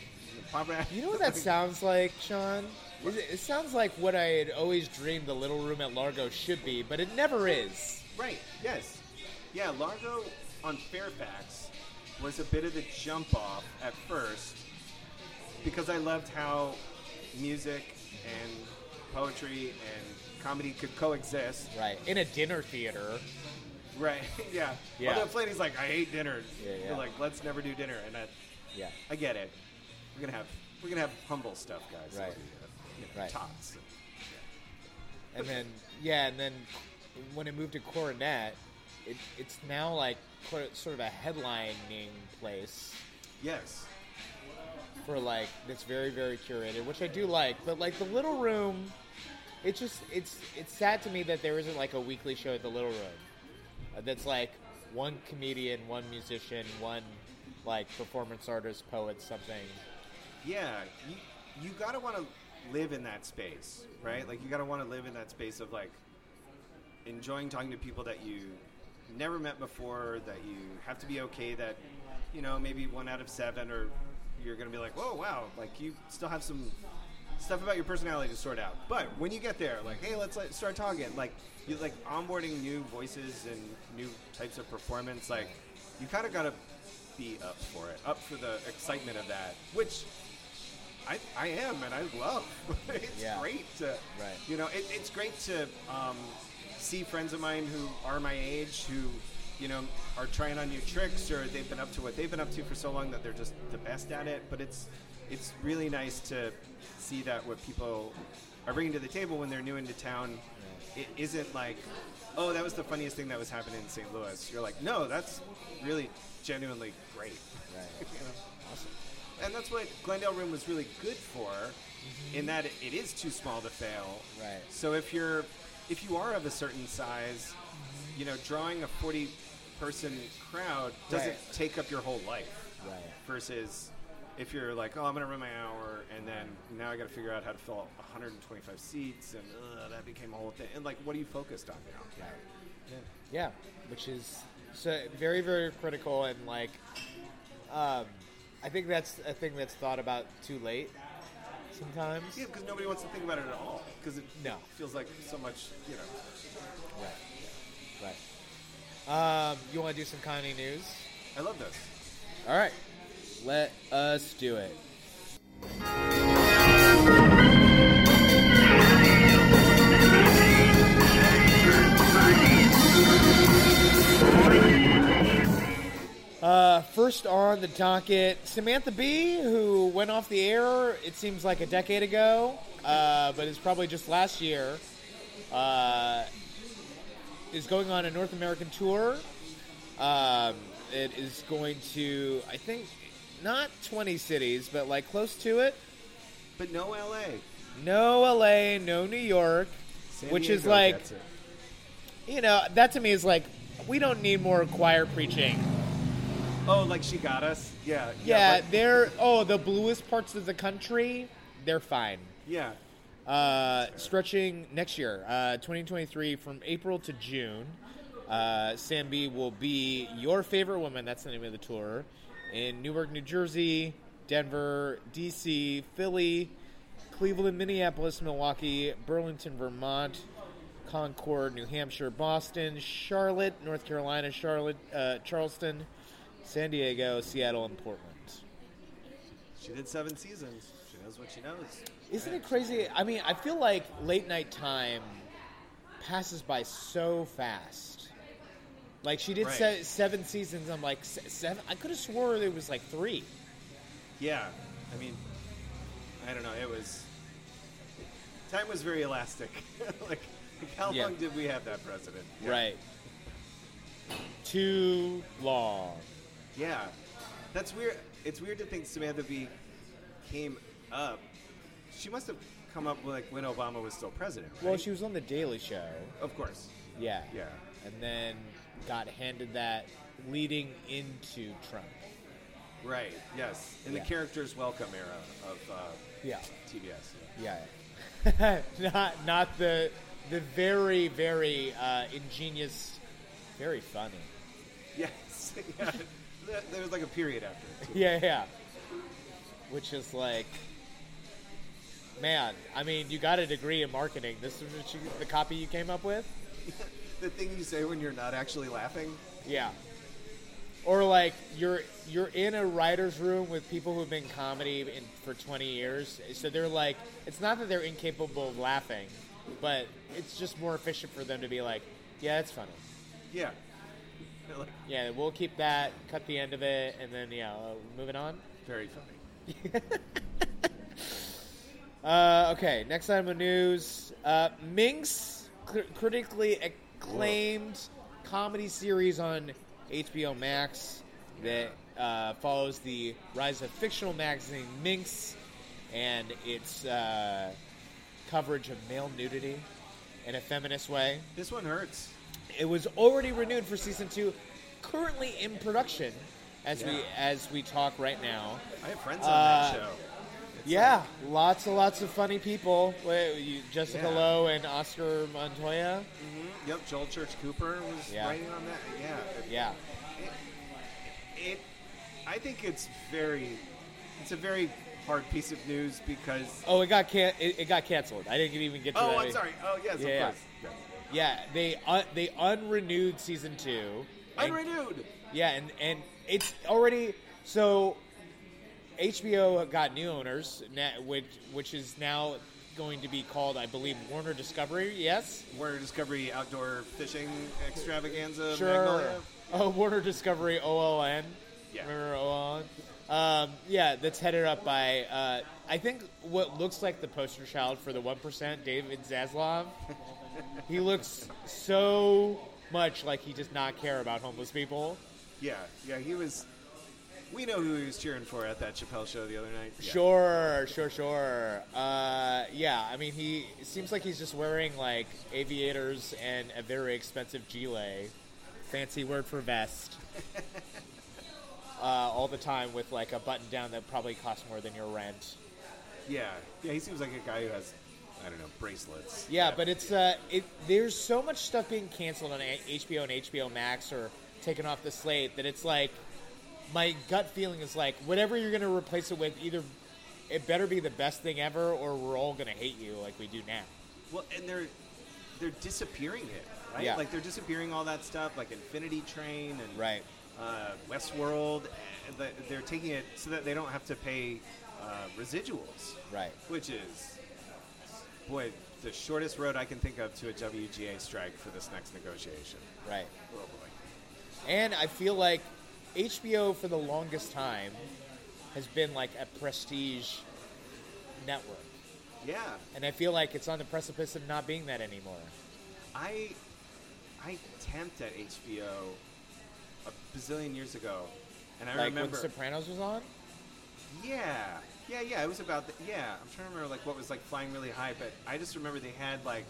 [SPEAKER 3] pop out.
[SPEAKER 2] You know what that sounds like, Sean? Is it, it sounds like what I had always dreamed the little room at Largo should be, but it never is.
[SPEAKER 3] Right. Yes. Yeah. Largo on Fairfax was a bit of a jump off at first because I loved how music and poetry and comedy could coexist.
[SPEAKER 2] Right. In a dinner theater.
[SPEAKER 3] Right. yeah.
[SPEAKER 2] Yeah.
[SPEAKER 3] Although Flanny's like, I hate dinner.
[SPEAKER 2] Yeah, yeah.
[SPEAKER 3] They're like, let's never do dinner, and I,
[SPEAKER 2] Yeah.
[SPEAKER 3] I get it. We're gonna have we're gonna have humble stuff, guys.
[SPEAKER 2] Right.
[SPEAKER 3] You know,
[SPEAKER 2] Right.
[SPEAKER 3] Tots.
[SPEAKER 2] And then, yeah, and then when it moved to Coronet, it, it's now like quite- sort of a headlining place
[SPEAKER 3] Yes.
[SPEAKER 2] for like, that's very, very curated, which I do like. But like the little room, it's just, it's, it's sad to me that there isn't like a weekly show at the little room uh, that's like one comedian, one musician, one like performance artist, poet, something.
[SPEAKER 3] Yeah, you, you gotta want to live in that space, right? Like you gotta want to live in that space of like enjoying talking to people that you never met before. That you have to be okay that you know maybe one out of seven, or you're gonna be like, whoa, wow, like you still have some stuff about your personality to sort out. But when you get there, like, hey, let's like, start talking. Like you like onboarding new voices and new types of performance. Like you kind of gotta be up for it, up for the excitement of that, which I, I am, and I love. it's
[SPEAKER 2] Yeah.
[SPEAKER 3] great to,
[SPEAKER 2] Right.
[SPEAKER 3] you know, it, it's great to um, see friends of mine who are my age who, you know, are trying on new tricks or they've been up to what they've been up to for so long that they're just the best at it. But it's it's really nice to see that what people are bringing to the table when they're new into town, it isn't like, oh, that was the funniest thing that was happening in St. Louis. You're like, no, that's really genuinely great.
[SPEAKER 2] Right.
[SPEAKER 3] And that's what Glendale Room was really good for, in that it is too small to fail.
[SPEAKER 2] Mm-hmm. Right.
[SPEAKER 3] So if you're, if you are of a certain size,
[SPEAKER 2] Mm-hmm.
[SPEAKER 3] you know, drawing a 40 person crowd doesn't
[SPEAKER 2] Right.
[SPEAKER 3] take up your whole life.
[SPEAKER 2] Right.
[SPEAKER 3] Versus if you're like, oh, I'm going to run my hour, and then now I got to figure out how to fill 125 seats, and uh, that became a whole thing. And like, what are you focused on now?
[SPEAKER 2] Yeah, which is so very very critical and like, um, I think that's a thing that's thought about too late sometimes.
[SPEAKER 3] Yeah, because nobody wants to think about it at all. Because it
[SPEAKER 2] No.
[SPEAKER 3] feels like so much, you know.
[SPEAKER 2] Right, right. Um, you want to do some comedy news?
[SPEAKER 3] I love this.
[SPEAKER 2] All right, let us do it. Uh, first on the docket, Samantha Bee, who went off the air, it seems like a decade ago, uh, but it's probably just last year, uh, is going on a North American tour. Um, it is going to, I think, not 20 cities, but like close to it.
[SPEAKER 3] But no LA.
[SPEAKER 2] No LA, no New York,
[SPEAKER 3] San
[SPEAKER 2] which is
[SPEAKER 3] Diego
[SPEAKER 2] like,
[SPEAKER 3] gets it.
[SPEAKER 2] you know, that to me is like, we don't need more choir preaching.
[SPEAKER 3] oh, like she got us. Yeah,
[SPEAKER 2] Yeah,
[SPEAKER 3] but-
[SPEAKER 2] they're, oh, the bluest parts of the country, they're fine.
[SPEAKER 3] yeah.
[SPEAKER 2] Uh, stretching next year, uh, 2023, from April to June, uh, Sam B will be your favorite woman. That's the name of the tour in Newark, New Jersey, Denver, DC, Philly, Cleveland, Minneapolis, Milwaukee, Burlington, Vermont, Concord, New Hampshire, Boston, Charlotte, North Carolina, Charlotte, uh, Charleston, San Diego, Seattle, and Portland.
[SPEAKER 3] She did seven seasons. She knows what she knows.
[SPEAKER 2] Isn't it crazy? I mean, I feel like late night time passes by so fast. Like she did
[SPEAKER 3] Right.
[SPEAKER 2] se- seven seasons. I'm like "Se- seven. I could have swore there was like three.
[SPEAKER 3] Yeah, I mean, I don't know. It was time was very elastic. like, like, how
[SPEAKER 2] Yeah.
[SPEAKER 3] long did we have that president? Yeah.
[SPEAKER 2] Right. Too long.
[SPEAKER 3] Yeah, that's weird. It's weird to think Samantha Bee came up. She must have come up like when Obama was still president. Right?
[SPEAKER 2] Well, she was on the Daily Show.
[SPEAKER 3] of course.
[SPEAKER 2] Yeah.
[SPEAKER 3] Yeah.
[SPEAKER 2] And then got handed that leading into Trump.
[SPEAKER 3] Right. Yes. In
[SPEAKER 2] Yeah.
[SPEAKER 3] the characters welcome era of uh,
[SPEAKER 2] Yeah.
[SPEAKER 3] TBS. yeah.
[SPEAKER 2] Yeah. not not the the very very uh, ingenious, very funny.
[SPEAKER 3] Yes. yeah. There- There was like a period after. it, too.
[SPEAKER 2] Yeah, yeah. Which is like, man. I mean, you got a degree in marketing. This is what you, the copy you came up with.
[SPEAKER 3] The thing you say when you're not actually laughing.
[SPEAKER 2] Yeah. Or like you're you're in a writer's room with people who've been comedy in, for 20 years, so they're like, it's not that they're incapable of laughing, but it's just more efficient for them to be like, yeah, that's funny.
[SPEAKER 3] Yeah. They're like
[SPEAKER 2] Yeah, we'll keep that, cut the end of it, and then yeah, uh, moving on.
[SPEAKER 3] very funny.
[SPEAKER 2] Uh, okay, next item of news: uh, Minx, cr- critically acclaimed comedy series on HBO Max that uh, follows the rise of fictional magazine Minx and its uh, coverage of male nudity in a feminist way.
[SPEAKER 3] This one hurts.
[SPEAKER 2] It was already renewed for season two, currently in production as we
[SPEAKER 3] Yeah.
[SPEAKER 2] as we talk right now.
[SPEAKER 3] I have friends on that
[SPEAKER 2] Uh,
[SPEAKER 3] show.
[SPEAKER 2] Yeah, lots and lots of funny people. Wait, you, Jessica
[SPEAKER 3] Yeah.
[SPEAKER 2] Lowe and Oscar Montoya.
[SPEAKER 3] Yep. Joel Church Cooper was
[SPEAKER 2] Yeah.
[SPEAKER 3] writing on that. Yeah. it-
[SPEAKER 2] Yeah,
[SPEAKER 3] it i think it's very it's a very hard piece of news because
[SPEAKER 2] Oh, it got can- it, it got canceled. I didn't even get to.
[SPEAKER 3] oh
[SPEAKER 2] that.
[SPEAKER 3] i'm sorry oh yes
[SPEAKER 2] Yeah, yeah.
[SPEAKER 3] of course yes.
[SPEAKER 2] Yeah, they un- they unrenewed season two. And-
[SPEAKER 3] unrenewed
[SPEAKER 2] Yeah, and and it's already so. HBO got new owners, na- which which is now going to be called, I believe, Warner Discovery. Yes,
[SPEAKER 3] warner discovery outdoor fishing extravaganza
[SPEAKER 2] sure.
[SPEAKER 3] Magnolia.
[SPEAKER 2] Oh, Warner Discovery OLN.
[SPEAKER 3] Yeah.
[SPEAKER 2] Remember OLN? Um, yeah, that's headed up by uh, I think what looks like the poster child for the one percent, David Zaslav. he looks so much like he does not care about homeless people.
[SPEAKER 3] yeah yeah he was we know who he was cheering for at that chappelle show the other night Yeah.
[SPEAKER 2] Sure, sure, sure. Uh, yeah, I mean, he it seems like he's just wearing like aviators and a very expensive gilet, fancy word for vest, uh, all the time with like a button down that probably costs more than your rent.
[SPEAKER 3] yeah yeah he seems like a guy who has i don't know bracelets
[SPEAKER 2] Yeah, but it's uh, it, there's so much stuff being canceled on A- HBO and HBO Max or taken off the slate that it's like my gut feeling is like whatever you're gonna replace it with, either it better be the best thing ever, or we're all gonna hate you like we do now.
[SPEAKER 3] Well, and they're they're disappearing it, right?
[SPEAKER 2] Yeah.
[SPEAKER 3] Like they're disappearing all that stuff, like Infinity Train and
[SPEAKER 2] Right.
[SPEAKER 3] uh, Westworld. and the- They're taking it so that they don't have to pay uh, residuals,
[SPEAKER 2] Right.
[SPEAKER 3] which is boy the shortest road I can think of to a WGA strike for this next negotiation.
[SPEAKER 2] Right.
[SPEAKER 3] Oh boy.
[SPEAKER 2] And I feel like HBO for the longest time has been like a prestige network,
[SPEAKER 3] Yeah,
[SPEAKER 2] and I feel like it's on the precipice of not being that anymore.
[SPEAKER 3] I I temped at HBO a bazillion years ago, and I
[SPEAKER 2] like
[SPEAKER 3] remember
[SPEAKER 2] when Sopranos was on.
[SPEAKER 3] Yeah, yeah, yeah. It was about the, yeah. I'm trying to remember like what was like flying really high, but I just remember they had like,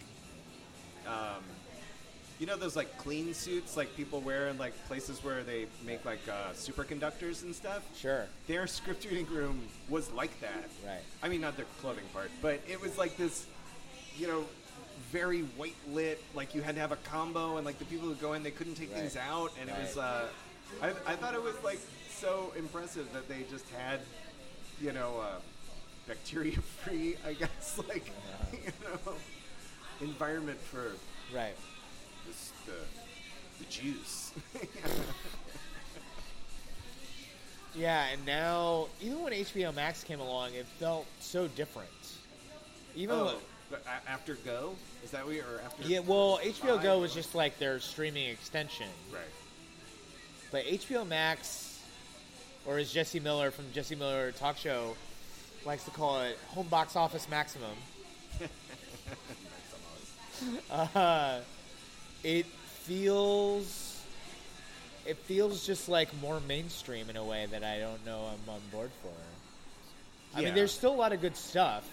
[SPEAKER 3] um, you know those like clean suits like people wear in like places where they make like uh, superconductors and stuff.
[SPEAKER 2] Sure.
[SPEAKER 3] Their script reading room was like that.
[SPEAKER 2] Right.
[SPEAKER 3] I mean, not their clothing part, but it was like this, you know, very white lit. Like you had to have a combo, and like the people who go in, they couldn't take
[SPEAKER 2] Right.
[SPEAKER 3] things out, and it was.
[SPEAKER 2] Right.
[SPEAKER 3] Uh, I, I thought it was like so impressive that they just had, you know, uh, bacteria free. I guess like,
[SPEAKER 2] Uh-huh.
[SPEAKER 3] you know, environment for
[SPEAKER 2] Right.
[SPEAKER 3] this, the the juice.
[SPEAKER 2] Yeah, and now even when HBO Max came along, it felt so different. Even
[SPEAKER 3] oh,
[SPEAKER 2] when-
[SPEAKER 3] but a- after Go, is that what? you- Or after?
[SPEAKER 2] yeah, well, HBO Go
[SPEAKER 3] Five?
[SPEAKER 2] was just like their streaming extension,
[SPEAKER 3] right.
[SPEAKER 2] but HBO Max, or as Jesse Miller from Jesse Miller Talk Show likes to call it, home box office maximum. uh, it feels. It feels just like more mainstream in a way that I don't know I'm on board for. I
[SPEAKER 3] Yeah.
[SPEAKER 2] mean, there's still a lot of good stuff,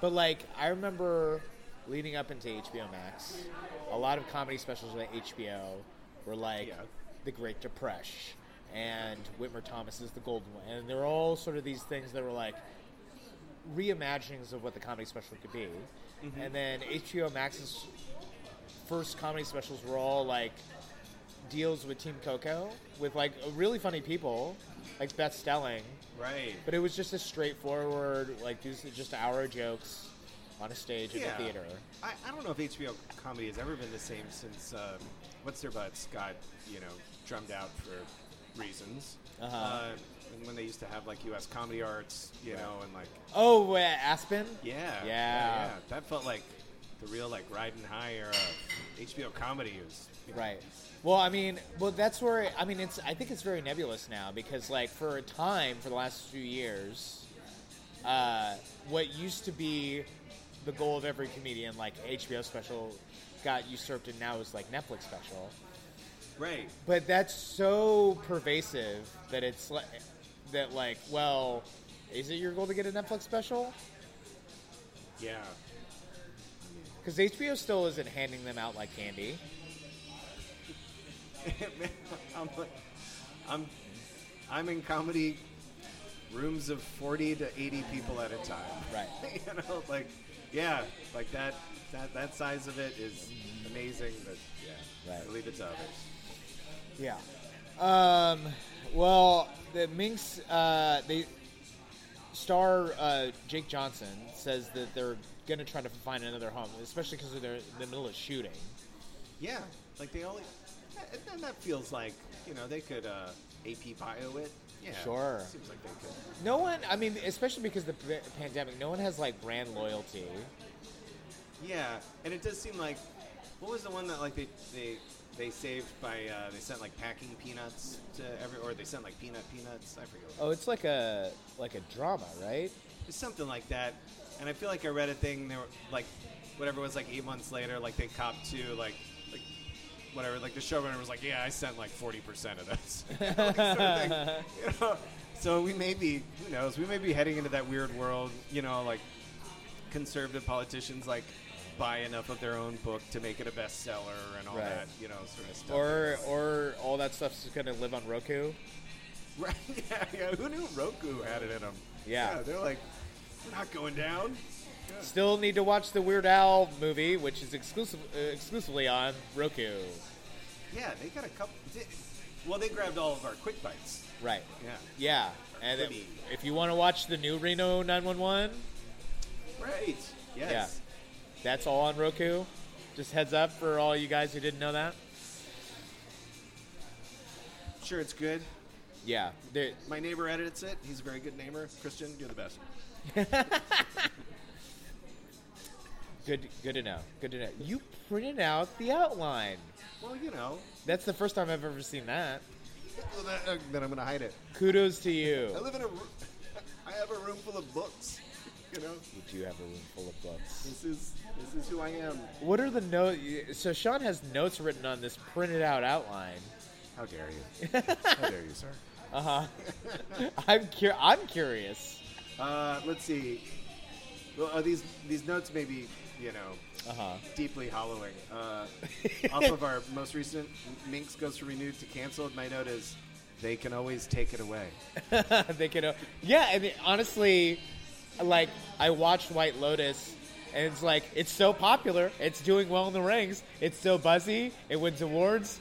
[SPEAKER 2] but like I remember leading up into HBO Max, a lot of comedy specials on HBO were like
[SPEAKER 3] Yeah.
[SPEAKER 2] The Great Depression and Whitmer Thomas is the golden one. And they're all sort of these things that were like reimaginings of what the comedy special could be.
[SPEAKER 3] Mm-hmm.
[SPEAKER 2] And then HBO Max's first comedy specials were all like deals with Team Coco with like really funny people, like Beth Stelling.
[SPEAKER 3] Right.
[SPEAKER 2] But it was just a straightforward, like these are just hour jokes on a stage in a theater.
[SPEAKER 3] I, I don't know if HBO comedy has ever been the same since um, what's their butts got you know drummed out for reasons.
[SPEAKER 2] Uh-huh.
[SPEAKER 3] Uh, and when they used to have like U.S. comedy arts, you know, and like
[SPEAKER 2] Oh, uh, Aspen.
[SPEAKER 3] yeah,
[SPEAKER 2] Yeah.
[SPEAKER 3] that felt like the real like riding high era. of HBO comedy was you know,
[SPEAKER 2] Right. Well, I mean, well, that's where I mean, it's. I think it's very nebulous now because, like, for a time, for the last few years, uh, what used to be the goal of every comedian, like HBO special, got usurped, and now is like Netflix special.
[SPEAKER 3] right.
[SPEAKER 2] But that's so pervasive that it's like that. Like, well, is it your goal to get a Netflix special?
[SPEAKER 3] Yeah,
[SPEAKER 2] Because HBO still isn't handing them out like candy.
[SPEAKER 3] I'm, like- I'm I'm in comedy rooms of 40 to 80 people at a time.
[SPEAKER 2] Right.
[SPEAKER 3] you know, like yeah, like that that that size of it is amazing, but yeah,
[SPEAKER 2] Right.
[SPEAKER 3] I leave it to others.
[SPEAKER 2] Yeah. Um, well, the Minx, uh, they star uh, Jake Johnson says that they're going to try to find another home, especially because they're in the middle of shooting.
[SPEAKER 3] Yeah, like they only and then that feels like you know they could uh, AP bio it. Yeah,
[SPEAKER 2] Sure.
[SPEAKER 3] Seems like they could.
[SPEAKER 2] No one, I mean, especially because the p- pandemic, no one has like brand loyalty.
[SPEAKER 3] Yeah, and it does seem like what was the one that like they they they saved by uh, they sent like packing peanuts to every or they sent like peanut peanuts. I forget. What
[SPEAKER 2] Oh, it's like a like a drama, right?
[SPEAKER 3] something like that. And I feel like I read a thing. There were like whatever it was like eight months later. Like they copped to like like whatever. Like the showrunner was like, yeah, I sent like forty percent of this. Like, sort of thing, you know? So we may be who knows. We may be heading into that weird world. You know, like conservative politicians like buy enough of their own book to make it a bestseller and all
[SPEAKER 2] Right.
[SPEAKER 3] that. You know, sort of stuff.
[SPEAKER 2] Or or all that stuff's just going to live on Roku.
[SPEAKER 3] Right? Yeah, yeah. Who knew Roku had it in them?
[SPEAKER 2] Yeah.
[SPEAKER 3] they're like, we're not going down.
[SPEAKER 2] Still need to watch the Weird Al movie, which is exclusive uh, exclusively on Roku.
[SPEAKER 3] Yeah, they got a couple. di- Well, they grabbed all of our quick bites.
[SPEAKER 2] Right.
[SPEAKER 3] Yeah.
[SPEAKER 2] Yeah, and
[SPEAKER 3] Pretty.
[SPEAKER 2] if- if you want to watch the new Reno 911,
[SPEAKER 3] Right. Yes.
[SPEAKER 2] that's all on Roku. Just heads up for all you guys who didn't know that.
[SPEAKER 3] Sure, it's good.
[SPEAKER 2] Yeah, there-
[SPEAKER 3] My neighbor edits it. He's a very good neighbor. Christian, you're the best.
[SPEAKER 2] good, good to know. Good to know. You printed out the outline.
[SPEAKER 3] Well, you know.
[SPEAKER 2] That's the first time I've ever seen that.
[SPEAKER 3] well, that- uh, Then I'm gonna hide it.
[SPEAKER 2] Kudos to
[SPEAKER 3] I
[SPEAKER 2] you.
[SPEAKER 3] live in a. roo- I have a room full of books. You know,
[SPEAKER 2] You do have a room full of books.
[SPEAKER 3] this is this is who I am.
[SPEAKER 2] What are the notes? So Sean has notes written on this printed out outline.
[SPEAKER 3] How dare you? How dare you, sir?
[SPEAKER 2] I'm cur- I'm curious.
[SPEAKER 3] Uh, let's see. Well, uh, these these notes may be, you know,
[SPEAKER 2] Uh huh.
[SPEAKER 3] deeply hollowing. Uh, off of our most recent Minx goes from renewed to canceled, my note is they can always take it away.
[SPEAKER 2] they could, yeah. And it- honestly, like I watched White Lotus, and it's like it's so popular, it's doing well in the rings, it's so buzzy, it wins awards.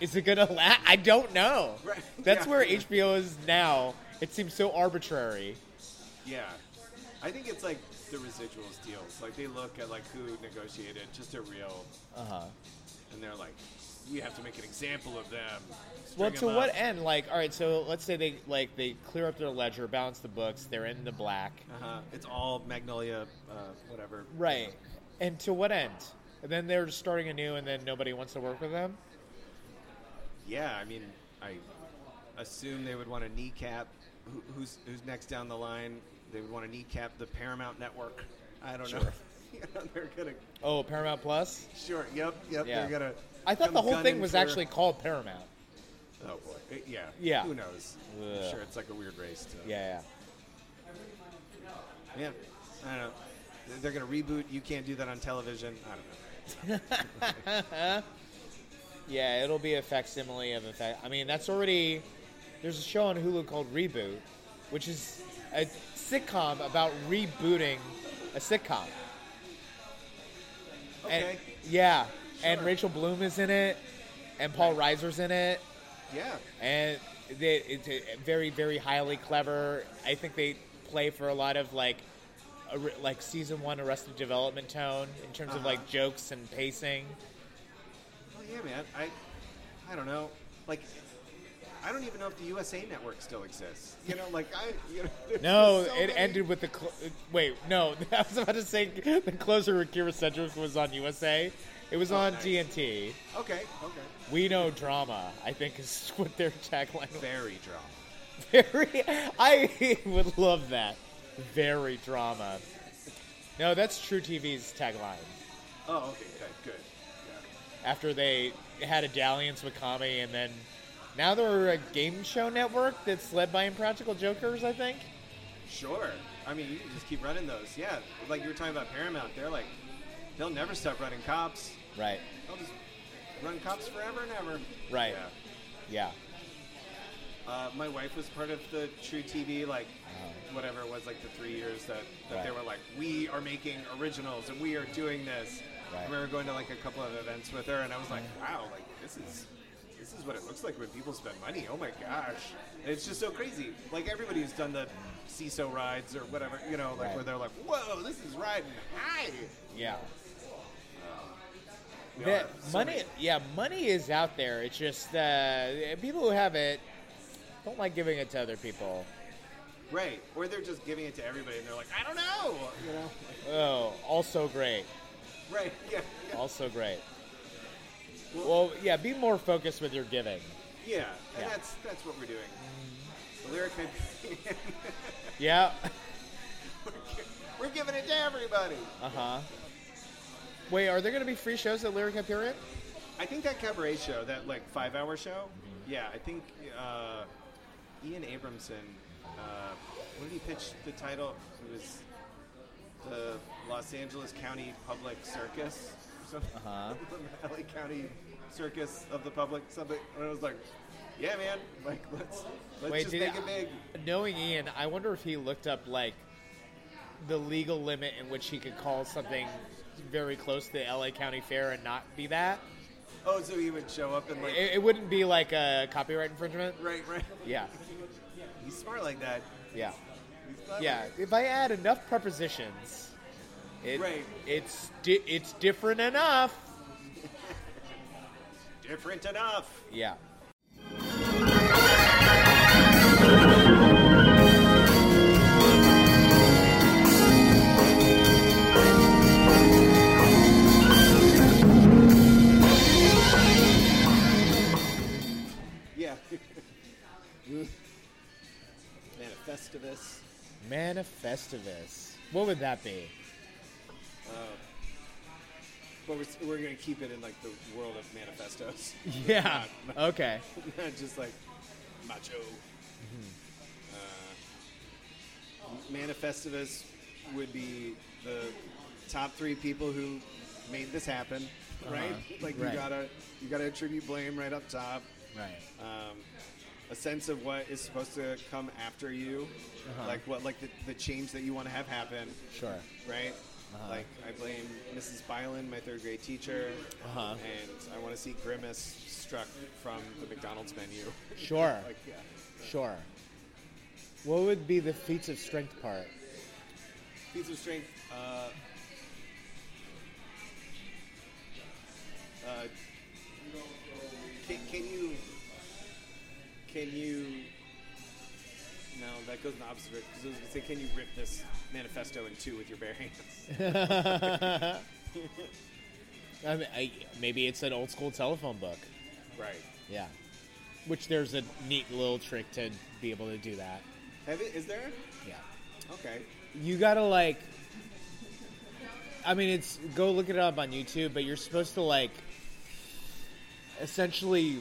[SPEAKER 2] Is it gonna last? I don't know.
[SPEAKER 3] Right.
[SPEAKER 2] That's
[SPEAKER 3] Yeah.
[SPEAKER 2] where HBO is now. It seems so arbitrary.
[SPEAKER 3] Yeah. I think it's like the residuals deals. Like they look at like who negotiated just a real
[SPEAKER 2] Uh huh.
[SPEAKER 3] and they're like, We have to make an example of them. String
[SPEAKER 2] Well,
[SPEAKER 3] them
[SPEAKER 2] to what
[SPEAKER 3] up.
[SPEAKER 2] end? Like, all right, so let's say they like they clear up their ledger, balance the books, they're in the black,
[SPEAKER 3] Uh-huh. It's all Magnolia, uh, whatever.
[SPEAKER 2] right? And to what end? And then they're starting anew, and then nobody wants to work with them.
[SPEAKER 3] Yeah, I mean, I assume they would want to kneecap who, who's who's next down the line. They would want to kneecap the Paramount Network. I don't know. you know. They're gonna
[SPEAKER 2] Oh, Paramount Plus.
[SPEAKER 3] sure. Yep, yep.
[SPEAKER 2] Yeah.
[SPEAKER 3] They're gonna.
[SPEAKER 2] I thought
[SPEAKER 3] come
[SPEAKER 2] the whole
[SPEAKER 3] gunning
[SPEAKER 2] thing was
[SPEAKER 3] for-
[SPEAKER 2] actually called Paramount.
[SPEAKER 3] Oh boy. It- yeah.
[SPEAKER 2] Yeah.
[SPEAKER 3] Who knows?
[SPEAKER 2] Ugh.
[SPEAKER 3] I'm sure it's like a weird race. To,
[SPEAKER 2] Yeah,
[SPEAKER 3] Yeah. I don't know. They're- They're gonna reboot. You can't do that on television. I don't know.
[SPEAKER 2] yeah, it'll be a facsimile of a fac. I mean, that's already There's a show on Hulu called Reboot, which is a sitcom about rebooting a sitcom. And-
[SPEAKER 3] Okay.
[SPEAKER 2] yeah, and
[SPEAKER 3] Sure.
[SPEAKER 2] Rachel Bloom is in it, and Paul Reiser's in it,
[SPEAKER 3] yeah.
[SPEAKER 2] and they, it's a very, very highly clever. I think they play for a lot of like, a, re- like season one Arrested Development tone in terms of
[SPEAKER 3] Uh-huh.
[SPEAKER 2] like jokes and pacing.
[SPEAKER 3] Well, Oh, yeah, man. I, I don't know. Like, I don't even know if the USA Network still exists. You know, like I. You know, there's
[SPEAKER 2] No,
[SPEAKER 3] so
[SPEAKER 2] it
[SPEAKER 3] many-
[SPEAKER 2] ended with the cl- wait. No, I was about to say the closer with Kira Cedric was on USA. It was on
[SPEAKER 3] Oh, nice.
[SPEAKER 2] TNT.
[SPEAKER 3] Okay. Okay.
[SPEAKER 2] We know drama. I think is what their tagline was.
[SPEAKER 3] Very drama.
[SPEAKER 2] Very, I would love that. Very drama. No, that's True TV's tagline.
[SPEAKER 3] Oh, okay. Good. good. Yeah.
[SPEAKER 2] After they had a dalliance with Kami, and then now they're a game show network that's led by impractical jokers. I think.
[SPEAKER 3] Sure. I mean, you can just keep running those. Yeah. Like you were talking about Paramount. They're like, they'll never stop running cops.
[SPEAKER 2] Right.
[SPEAKER 3] They'll just run cops forever and ever.
[SPEAKER 2] Right.
[SPEAKER 3] Yeah.
[SPEAKER 2] Yeah.
[SPEAKER 3] Uh, my wife was part of the True TV, like whatever it was, like the three years that, that they
[SPEAKER 2] Oh. Right.
[SPEAKER 3] were like, we are making originals and we are doing this.
[SPEAKER 2] Right.
[SPEAKER 3] I remember going to like a couple of events with her, and I was like, wow, like this is this is what it looks like when people spend money. Oh my gosh, it's just so crazy. Like everybody who's done the CISO rides or whatever, you know, like
[SPEAKER 2] Right.
[SPEAKER 3] where they're like, whoa, this is riding high.
[SPEAKER 2] Yeah.
[SPEAKER 3] We all
[SPEAKER 2] That
[SPEAKER 3] have so
[SPEAKER 2] money,
[SPEAKER 3] many-
[SPEAKER 2] yeah, money is out there. It's just uh, people who have it don't like giving it to other people.
[SPEAKER 3] right? Or they're just giving it to everybody, and they're like, I don't know, you know,
[SPEAKER 2] Oh, also great,
[SPEAKER 3] right? Yeah, yeah.
[SPEAKER 2] also great. Well, yeah, be more focused with your giving.
[SPEAKER 3] Yeah, and
[SPEAKER 2] Yeah.
[SPEAKER 3] that's that's what we're doing. The lyric campaign.
[SPEAKER 2] Yeah,
[SPEAKER 3] we're, gi- we're giving it to everybody.
[SPEAKER 2] uh huh. Wait, are there going to be free shows at Lyric Hyperion?
[SPEAKER 3] I think that cabaret show, that like five hour show. Yeah, I think uh, Ian Abramson. Uh, what did he pitch the title? It was the Los Angeles County Public Circus. or something.
[SPEAKER 2] Uh-huh.
[SPEAKER 3] the LA County Circus of the Public. Something. And I was like, yeah, man. Like let's let's
[SPEAKER 2] Wait,
[SPEAKER 3] just
[SPEAKER 2] did
[SPEAKER 3] make
[SPEAKER 2] it-
[SPEAKER 3] it big.
[SPEAKER 2] Knowing Ian, I wonder if he looked up like the legal limit in which he could call something very close to the LA County Fair and not be that.
[SPEAKER 3] Oh, so he would show up and like.
[SPEAKER 2] It, it wouldn't be like a copyright infringement.
[SPEAKER 3] Right, right.
[SPEAKER 2] Yeah,
[SPEAKER 3] He's smart like that.
[SPEAKER 2] yeah.
[SPEAKER 3] He's clever.
[SPEAKER 2] Yeah, if I add enough prepositions, it,
[SPEAKER 3] Right.
[SPEAKER 2] it's di- it's different enough.
[SPEAKER 3] Different enough.
[SPEAKER 2] Yeah.
[SPEAKER 3] Yeah. Manifestivus.
[SPEAKER 2] Manifestivus. What would that be?
[SPEAKER 3] But we're, s- we're going to keep it in like the world of manifestos.
[SPEAKER 2] Yeah. Okay.
[SPEAKER 3] Not just like macho. Uh, manifestivus would be the top three people who made this happen, right? Like
[SPEAKER 2] Right.
[SPEAKER 3] you gotta you gotta attribute blame right up top.
[SPEAKER 2] Right.
[SPEAKER 3] um, a sense of what is supposed to come after you, like what, like the, the change that you want to have happen,
[SPEAKER 2] Sure.
[SPEAKER 3] right? Like I blame Mrs. Byland, my third grade teacher,
[SPEAKER 2] Uh-huh.
[SPEAKER 3] and I want to see Grimace struck from the McDonald's menu.
[SPEAKER 2] Sure.
[SPEAKER 3] like yeah,
[SPEAKER 2] Sure. What would be the feats of strength part?
[SPEAKER 3] feats of strength. Uh, uh, can, can you? Can you? No, that goes in the opposite direction. Because I was going to say, can you rip this manifesto in two with your bare hands?
[SPEAKER 2] I mean, I, maybe it's an old school telephone book.
[SPEAKER 3] right.
[SPEAKER 2] Yeah. Which there's a neat little trick to be able to do that.
[SPEAKER 3] Have it, is there?
[SPEAKER 2] Yeah.
[SPEAKER 3] Okay.
[SPEAKER 2] you gotta like i mean it's go look it up on youtube but you're supposed to like essentially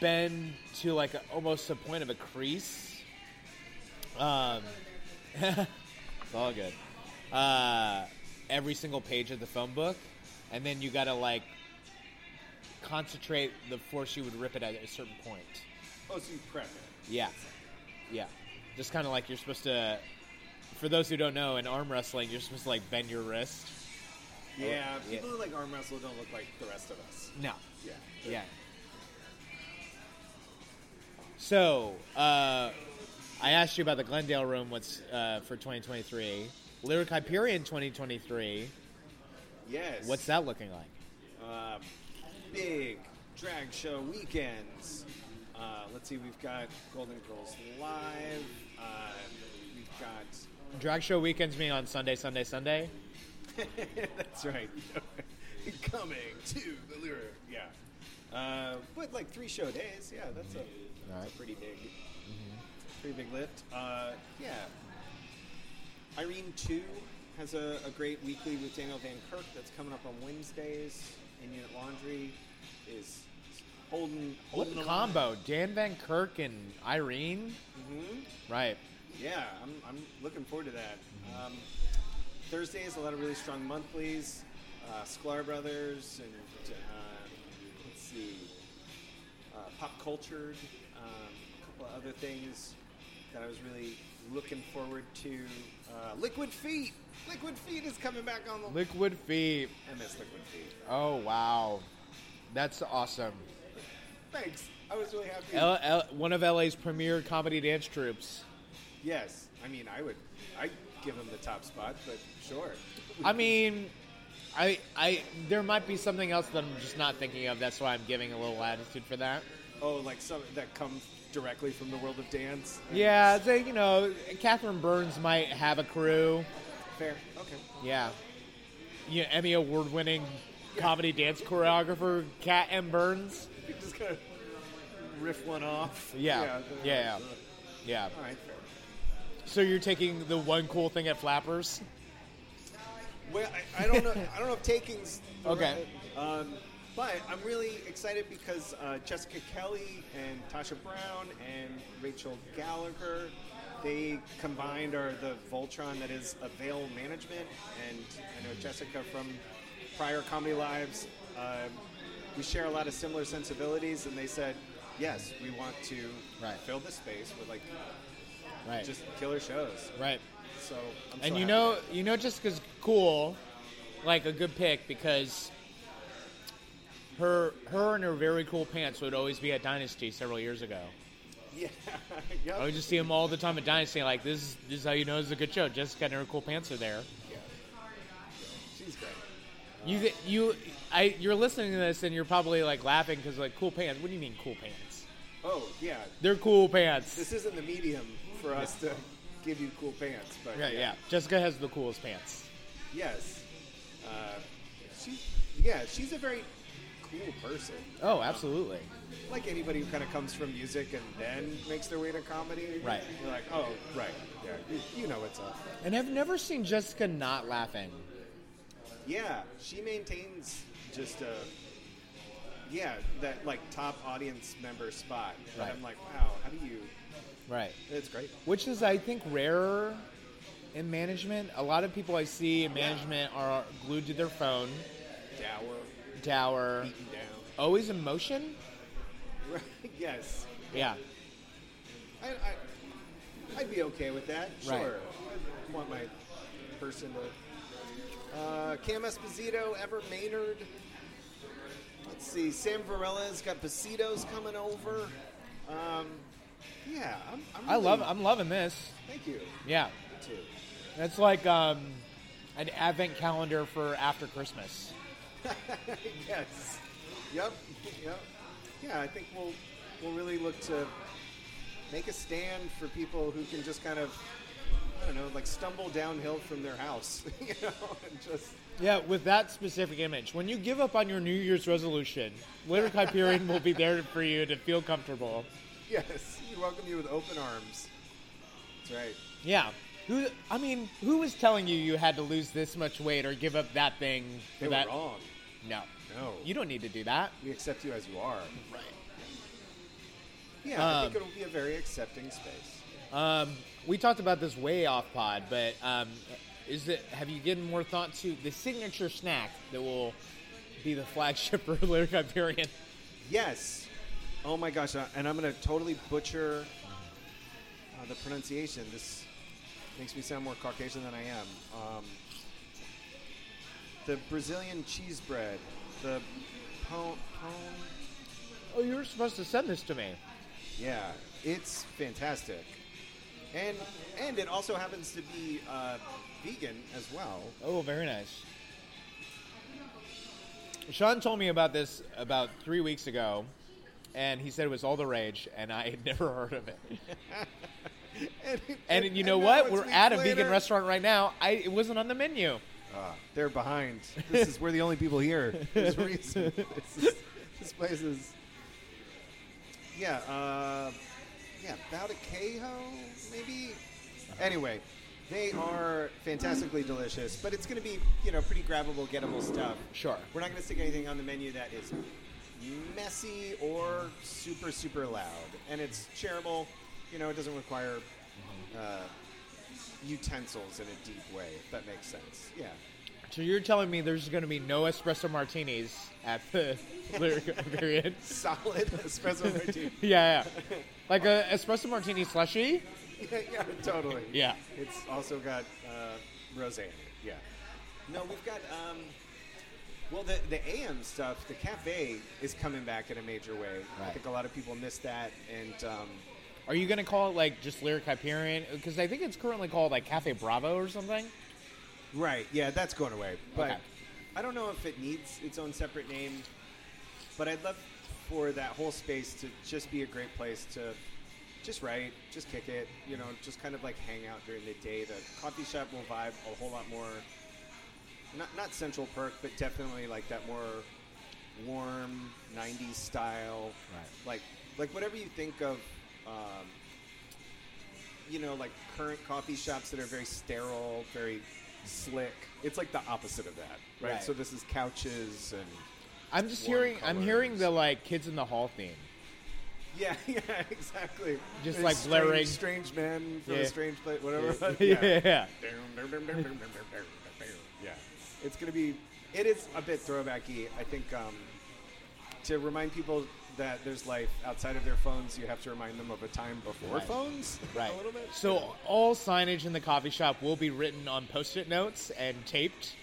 [SPEAKER 2] bend to like a, almost the point of a crease um it's all good uh every single page of the phone book and then you gotta like concentrate the force you would rip it at a certain point
[SPEAKER 3] Oh, so you prep it.
[SPEAKER 2] Yeah. Yeah. Just kind of like you're supposed to. For those who don't know, in arm wrestling, you're supposed to like bend your wrist.
[SPEAKER 3] Yeah,
[SPEAKER 2] yeah.
[SPEAKER 3] people who like arm wrestle don't look like the rest of us.
[SPEAKER 2] No.
[SPEAKER 3] Yeah.
[SPEAKER 2] Yeah. So, uh, I asked you about the Glendale room. What's uh, for 2023? Lyric Hyperion 2023.
[SPEAKER 3] Yes.
[SPEAKER 2] What's that looking like?
[SPEAKER 3] Um, big drag show weekends. Uh, let's see, we've got Golden Girls Live. Uh, we've got.
[SPEAKER 2] Drag show weekends being on Sunday, Sunday, Sunday.
[SPEAKER 3] That's right. Coming to the lyric. Yeah. Uh, but like three show days. Yeah, that's a, that's
[SPEAKER 2] Alright. Mm-hmm.
[SPEAKER 3] a pretty big, pretty big lift. Uh, yeah. Irene 2 has a, a great weekly with Daniel Van Kirk that's coming up on Wednesdays. And Unit Laundry is holding,
[SPEAKER 2] What
[SPEAKER 3] holding along.
[SPEAKER 2] combo? Dan Van Kirk and Irene. Mm-hmm. Right.
[SPEAKER 3] Yeah, I'm, I'm looking forward to that. Um, Thursdays, a lot of really strong monthlies. Uh, Sklar Brothers and uh, let's see, uh, Pop Cultured, um, a couple of other things that I was really looking forward to. Uh, Liquid Feet! Liquid Feet is coming back on the.
[SPEAKER 2] Liquid Feet.
[SPEAKER 3] I miss Liquid Feet.
[SPEAKER 2] Oh wow, that's awesome.
[SPEAKER 3] Thanks. I was really happy.
[SPEAKER 2] L- L- one of LA's premier comedy dance troops.
[SPEAKER 3] yes, I mean, I would. I'd give him the top spot, but sure.
[SPEAKER 2] I mean, I, I, there might be something else that I'm just not thinking of. That's why I'm giving a little latitude for that.
[SPEAKER 3] Oh, like some that come directly from the world of dance.
[SPEAKER 2] Yeah, they, you know, Catherine Burns might have a crew.
[SPEAKER 3] Fair. Okay.
[SPEAKER 2] Yeah, yeah, Emmy award-winning comedy dance choreographer Cat M Burns.
[SPEAKER 3] You just kind of riff one off.
[SPEAKER 2] Yeah. Yeah, yeah. Yeah.
[SPEAKER 3] All right. Fair.
[SPEAKER 2] So you're taking the one cool thing at Flappers?
[SPEAKER 3] Well, I, I don't know. I don't know if taking's the
[SPEAKER 2] Okay.
[SPEAKER 3] right- Um, but I'm really excited because uh, Jessica Kelly and Tasha Brown and Rachel Gallagher, they combined are the Voltron that is Avail Management, and I know Jessica from prior Comedy Lives. Um, we share a lot of similar sensibilities, and they said, yes, we want to
[SPEAKER 2] Right.
[SPEAKER 3] fill this space with like
[SPEAKER 2] Right.
[SPEAKER 3] just killer shows.
[SPEAKER 2] right.
[SPEAKER 3] So I'm so
[SPEAKER 2] And you
[SPEAKER 3] happy.
[SPEAKER 2] know, you know, Jessica's cool, like a good pick because her, her and her very cool pants would always be at Dynasty several years ago.
[SPEAKER 3] yeah, Yep.
[SPEAKER 2] I would just see them all the time at Dynasty. Like this, is, this is how you know it's a good show. Jessica and her cool pants are there.
[SPEAKER 3] Yeah. She's great.
[SPEAKER 2] You, get- you, I, you're listening to this and you're probably like laughing because like cool pants. What do you mean cool pants?
[SPEAKER 3] Oh, yeah.
[SPEAKER 2] They're cool pants.
[SPEAKER 3] This isn't the medium for us to give you cool pants, but
[SPEAKER 2] Yeah, yeah. Jessica has the coolest pants.
[SPEAKER 3] Yes. Uh, she, yeah, she's a very cool person.
[SPEAKER 2] Oh, absolutely.
[SPEAKER 3] Like anybody who kind of comes from music and then makes their way to comedy.
[SPEAKER 2] Right.
[SPEAKER 3] You're like, oh, right. Yeah, you, you know what's up.
[SPEAKER 2] And I've never seen Jessica not laughing.
[SPEAKER 3] Yeah, she maintains just a yeah that like top audience member spot. And
[SPEAKER 2] Right.
[SPEAKER 3] I'm like, wow, how do you?
[SPEAKER 2] Right.
[SPEAKER 3] It's great.
[SPEAKER 2] which is I think rarer in management. A lot of people I see in management are glued to their phone,
[SPEAKER 3] Dower,
[SPEAKER 2] tower,
[SPEAKER 3] beaten down.
[SPEAKER 2] always in motion.
[SPEAKER 3] Right. Yes.
[SPEAKER 2] Yeah,
[SPEAKER 3] I, I, I'd be okay with that. Sure.
[SPEAKER 2] Right.
[SPEAKER 3] I want my person to. Uh, Cam Esposito, Ever Maynard. Let's see. Sam Varella's got Besitos coming over. Um, yeah, I'm. I'm
[SPEAKER 2] I love.
[SPEAKER 3] really-
[SPEAKER 2] I'm loving this.
[SPEAKER 3] Thank you.
[SPEAKER 2] Yeah,
[SPEAKER 3] Me Too.
[SPEAKER 2] that's like um, an advent calendar for after Christmas.
[SPEAKER 3] yes. Yep. Yep. Yeah, I think we'll we'll really look to make a stand for people who can just kind of I don't know, like stumble downhill from their house, you know, and just
[SPEAKER 2] Yeah, with that specific image. When you give up on your New Year's resolution, Lyric Hyperion will be there for you to feel comfortable.
[SPEAKER 3] yes, we welcome you with open arms. That's right.
[SPEAKER 2] Yeah. Who? I mean, who was telling you you had to lose this much weight or give up that thing? for
[SPEAKER 3] They
[SPEAKER 2] that?
[SPEAKER 3] were wrong.
[SPEAKER 2] No.
[SPEAKER 3] No.
[SPEAKER 2] You don't need to do that.
[SPEAKER 3] We accept you as you are.
[SPEAKER 2] Right.
[SPEAKER 3] Yeah, I think
[SPEAKER 2] Um,
[SPEAKER 3] it'll be a very accepting space.
[SPEAKER 2] Um, we talked about this way off pod, but um, is it? Have you given more thought to the signature snack that will be the flagship for Lyric Hyperion?
[SPEAKER 3] Yes. Oh my gosh, uh, and I'm going to totally butcher uh, the pronunciation. This makes me sound more Caucasian than I am. Um, the Brazilian cheese bread, the pone, pone,
[SPEAKER 2] Oh, you were supposed to send this to me.
[SPEAKER 3] yeah, it's fantastic. And and it also happens to be uh, vegan as well.
[SPEAKER 2] Oh, very nice. Sean told me about this about three weeks ago, and he said it was all the rage, and I had never heard of it.
[SPEAKER 3] And,
[SPEAKER 2] And you know
[SPEAKER 3] now
[SPEAKER 2] what?
[SPEAKER 3] it's
[SPEAKER 2] We're
[SPEAKER 3] weeks
[SPEAKER 2] at a
[SPEAKER 3] later.
[SPEAKER 2] vegan restaurant right now. I it wasn't on the menu.
[SPEAKER 3] Ah, they're behind. This is we're the only people here. There's a reason. this, is, this place is. Yeah, uh, yeah, about a Cajo, maybe.
[SPEAKER 2] Uh-huh.
[SPEAKER 3] Anyway, they are fantastically delicious, but it's going to be you know pretty grabbable, gettable stuff.
[SPEAKER 2] Sure.
[SPEAKER 3] We're not going to stick anything on the menu that is messy or super super loud, and it's shareable. You know, it doesn't require uh, utensils in a deep way. If that makes sense. Yeah.
[SPEAKER 2] So you're telling me there's going to be no espresso martinis at the lyric variant?
[SPEAKER 3] solid espresso martini.
[SPEAKER 2] Yeah, yeah. Like a espresso martini slushy?
[SPEAKER 3] yeah, yeah, totally.
[SPEAKER 2] Yeah.
[SPEAKER 3] It's also got uh, rosé. in it, Yeah. No, we've got. Um, well, the the AM stuff, the cafe is coming back in a major way. I
[SPEAKER 2] Right.
[SPEAKER 3] think a lot of people missed that, and um,
[SPEAKER 2] Are you going to call it like just lyric Hyperion? Because I think it's currently called like Cafe Bravo or something.
[SPEAKER 3] right, yeah, that's going away. But
[SPEAKER 2] Okay.
[SPEAKER 3] I don't know if it needs its own separate name. But I'd love for that whole space to just be a great place to just write, just kick it, you know, just kind of like hang out during the day. The coffee shop will vibe a whole lot more. Not not Central Perk, but definitely like that more warm '90s style,
[SPEAKER 2] Right.
[SPEAKER 3] like like whatever you think of. Um, you know, like current coffee shops that are very sterile, very slick. It's like the opposite of that, right?
[SPEAKER 2] Right.
[SPEAKER 3] So this is couches and
[SPEAKER 2] I'm just
[SPEAKER 3] Warm
[SPEAKER 2] hearing. I'm
[SPEAKER 3] colors.
[SPEAKER 2] hearing the like kids in the hall theme.
[SPEAKER 3] Yeah, yeah, exactly.
[SPEAKER 2] Just,
[SPEAKER 3] It's
[SPEAKER 2] like,
[SPEAKER 3] strange-
[SPEAKER 2] blaring.
[SPEAKER 3] strange men from
[SPEAKER 2] Yeah.
[SPEAKER 3] a strange place, whatever. it was.
[SPEAKER 2] Yeah.
[SPEAKER 3] Yeah. yeah, it's gonna be. It is a bit throwbacky. I think um, to remind people that there's life outside of their phones, you have to remind them of a time before
[SPEAKER 2] Right.
[SPEAKER 3] phones,
[SPEAKER 2] right.
[SPEAKER 3] A little bit.
[SPEAKER 2] So all signage in the coffee shop will be written on post-it notes and taped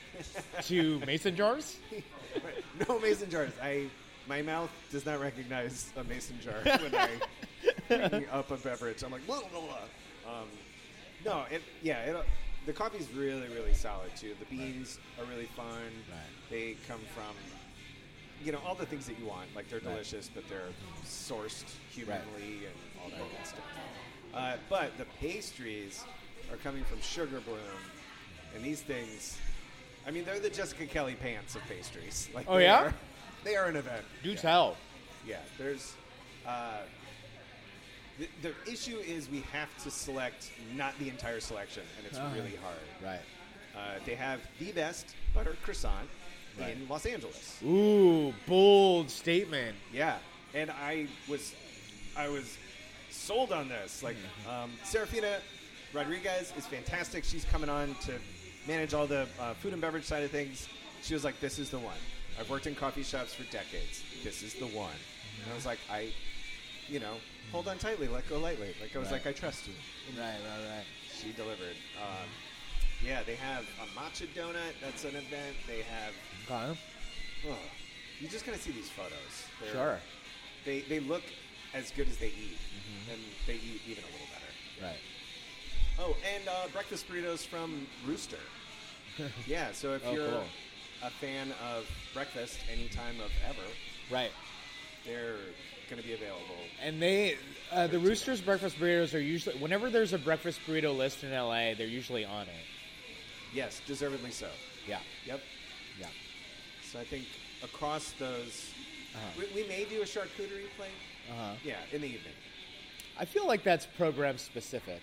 [SPEAKER 2] to mason jars.
[SPEAKER 3] Right. no mason jars. I my mouth does not recognize a mason jar when I bring up a beverage. I'm like, blah, blah, blah. Um, no, it, yeah, it, the coffee's really, really solid too. The beans are really fun.
[SPEAKER 2] Right.
[SPEAKER 3] They come from, you know, all the things that you want. Like they're delicious, but they're sourced humanly and all that good stuff. Uh, but the pastries are coming from Sugar Bloom, and these things, I mean, they're the Jessica Kelly pants of pastries. Like
[SPEAKER 2] Oh,
[SPEAKER 3] they
[SPEAKER 2] yeah?
[SPEAKER 3] are, they are an event.
[SPEAKER 2] Do
[SPEAKER 3] yeah.
[SPEAKER 2] tell.
[SPEAKER 3] Yeah, there's. Uh, the, the issue is we have to select not the entire selection, and it's really hard.
[SPEAKER 2] Right.
[SPEAKER 3] Uh, they have the best butter croissant
[SPEAKER 2] Right.
[SPEAKER 3] in Los Angeles.
[SPEAKER 2] Ooh, bold statement.
[SPEAKER 3] Yeah, and I was, I was sold on this. Like, um, Serafina Rodriguez is fantastic. She's coming on to manage all the uh, food and beverage side of things. She was like, "This is the one." I've worked in coffee shops for decades. This is the one. And I was like, I, you know, hold on tightly, let go lightly. Like I was
[SPEAKER 2] Right.
[SPEAKER 3] like, I trust you.
[SPEAKER 2] Right, right,
[SPEAKER 3] She delivered. Um, yeah, they have a matcha donut. That's an event. They have.
[SPEAKER 2] right. Okay.
[SPEAKER 3] Oh, you just gotta see these photos. They're-
[SPEAKER 2] Sure.
[SPEAKER 3] they they look as good as they eat,
[SPEAKER 2] Mm-hmm.
[SPEAKER 3] and they eat even a little better.
[SPEAKER 2] Right.
[SPEAKER 3] Oh, and uh, breakfast burritos from Rooster. yeah, so if
[SPEAKER 2] Oh,
[SPEAKER 3] you're
[SPEAKER 2] cool.
[SPEAKER 3] a fan of breakfast any time of ever,
[SPEAKER 2] Right.
[SPEAKER 3] they're going to be available.
[SPEAKER 2] And they, uh, the Roosters breakfast burritos are usually whenever there's a breakfast burrito list in LA, they're usually on it.
[SPEAKER 3] Yes, deservedly so.
[SPEAKER 2] Yeah.
[SPEAKER 3] Yep.
[SPEAKER 2] Yeah.
[SPEAKER 3] So I think across those, we, we may do a charcuterie plate.
[SPEAKER 2] Uh-huh.
[SPEAKER 3] Yeah, in the evening.
[SPEAKER 2] I feel like that's program specific.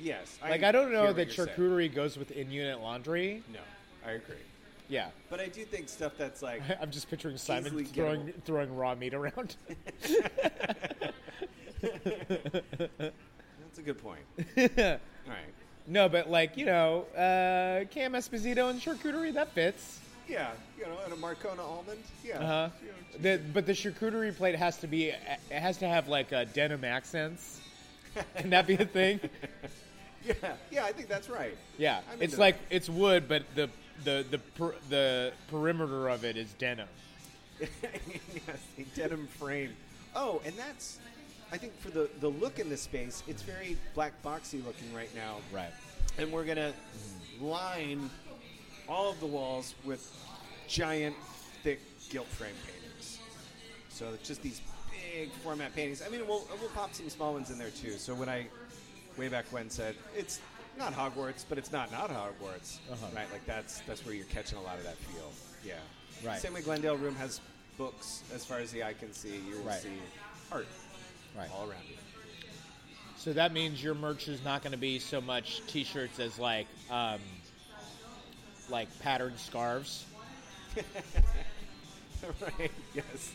[SPEAKER 3] Yes.
[SPEAKER 2] Like I don't
[SPEAKER 3] hear
[SPEAKER 2] know
[SPEAKER 3] what
[SPEAKER 2] that
[SPEAKER 3] you're saying.
[SPEAKER 2] charcuterie goes with in-unit laundry.
[SPEAKER 3] No, I agree.
[SPEAKER 2] Yeah,
[SPEAKER 3] But I do think stuff that's like
[SPEAKER 2] I'm just picturing Simon
[SPEAKER 3] Easily
[SPEAKER 2] throwing throwing raw meat around.
[SPEAKER 3] that's a good point. All right.
[SPEAKER 2] no, but like you know, uh, Cam Esposito and charcuterie that fits.
[SPEAKER 3] Yeah, you know, and a Marcona almond. Yeah.
[SPEAKER 2] Uh-huh.
[SPEAKER 3] You know,
[SPEAKER 2] The, but the charcuterie plate has to be, it has to have like uh, denim accents. Can that be a thing?
[SPEAKER 3] yeah, yeah, I think that's right.
[SPEAKER 2] Yeah,
[SPEAKER 3] I'm into
[SPEAKER 2] it's like it's wood, but the the the per, the perimeter of it is denim.
[SPEAKER 3] that. yes, a denim frame. Oh, and that's, I think for the the look in this space, it's very black boxy looking right now.
[SPEAKER 2] Right.
[SPEAKER 3] And we're gonna line all of the walls with giant, thick gilt frame paintings. So it's just these big format paintings. I mean, we'll we'll pop some small ones in there too. So when I, way back when, said it's not Hogwarts, but it's not not Hogwarts,
[SPEAKER 2] Uh-huh.
[SPEAKER 3] right? Like that's that's where you're catching a lot of that feel. Yeah.
[SPEAKER 2] Right.
[SPEAKER 3] Same way Glendale Room has books. As far as the eye can see, you will
[SPEAKER 2] Right.
[SPEAKER 3] see art
[SPEAKER 2] Right.
[SPEAKER 3] all around you.
[SPEAKER 2] So that means your merch is not going to be so much t-shirts as like um, like patterned scarves.
[SPEAKER 3] right. Yes.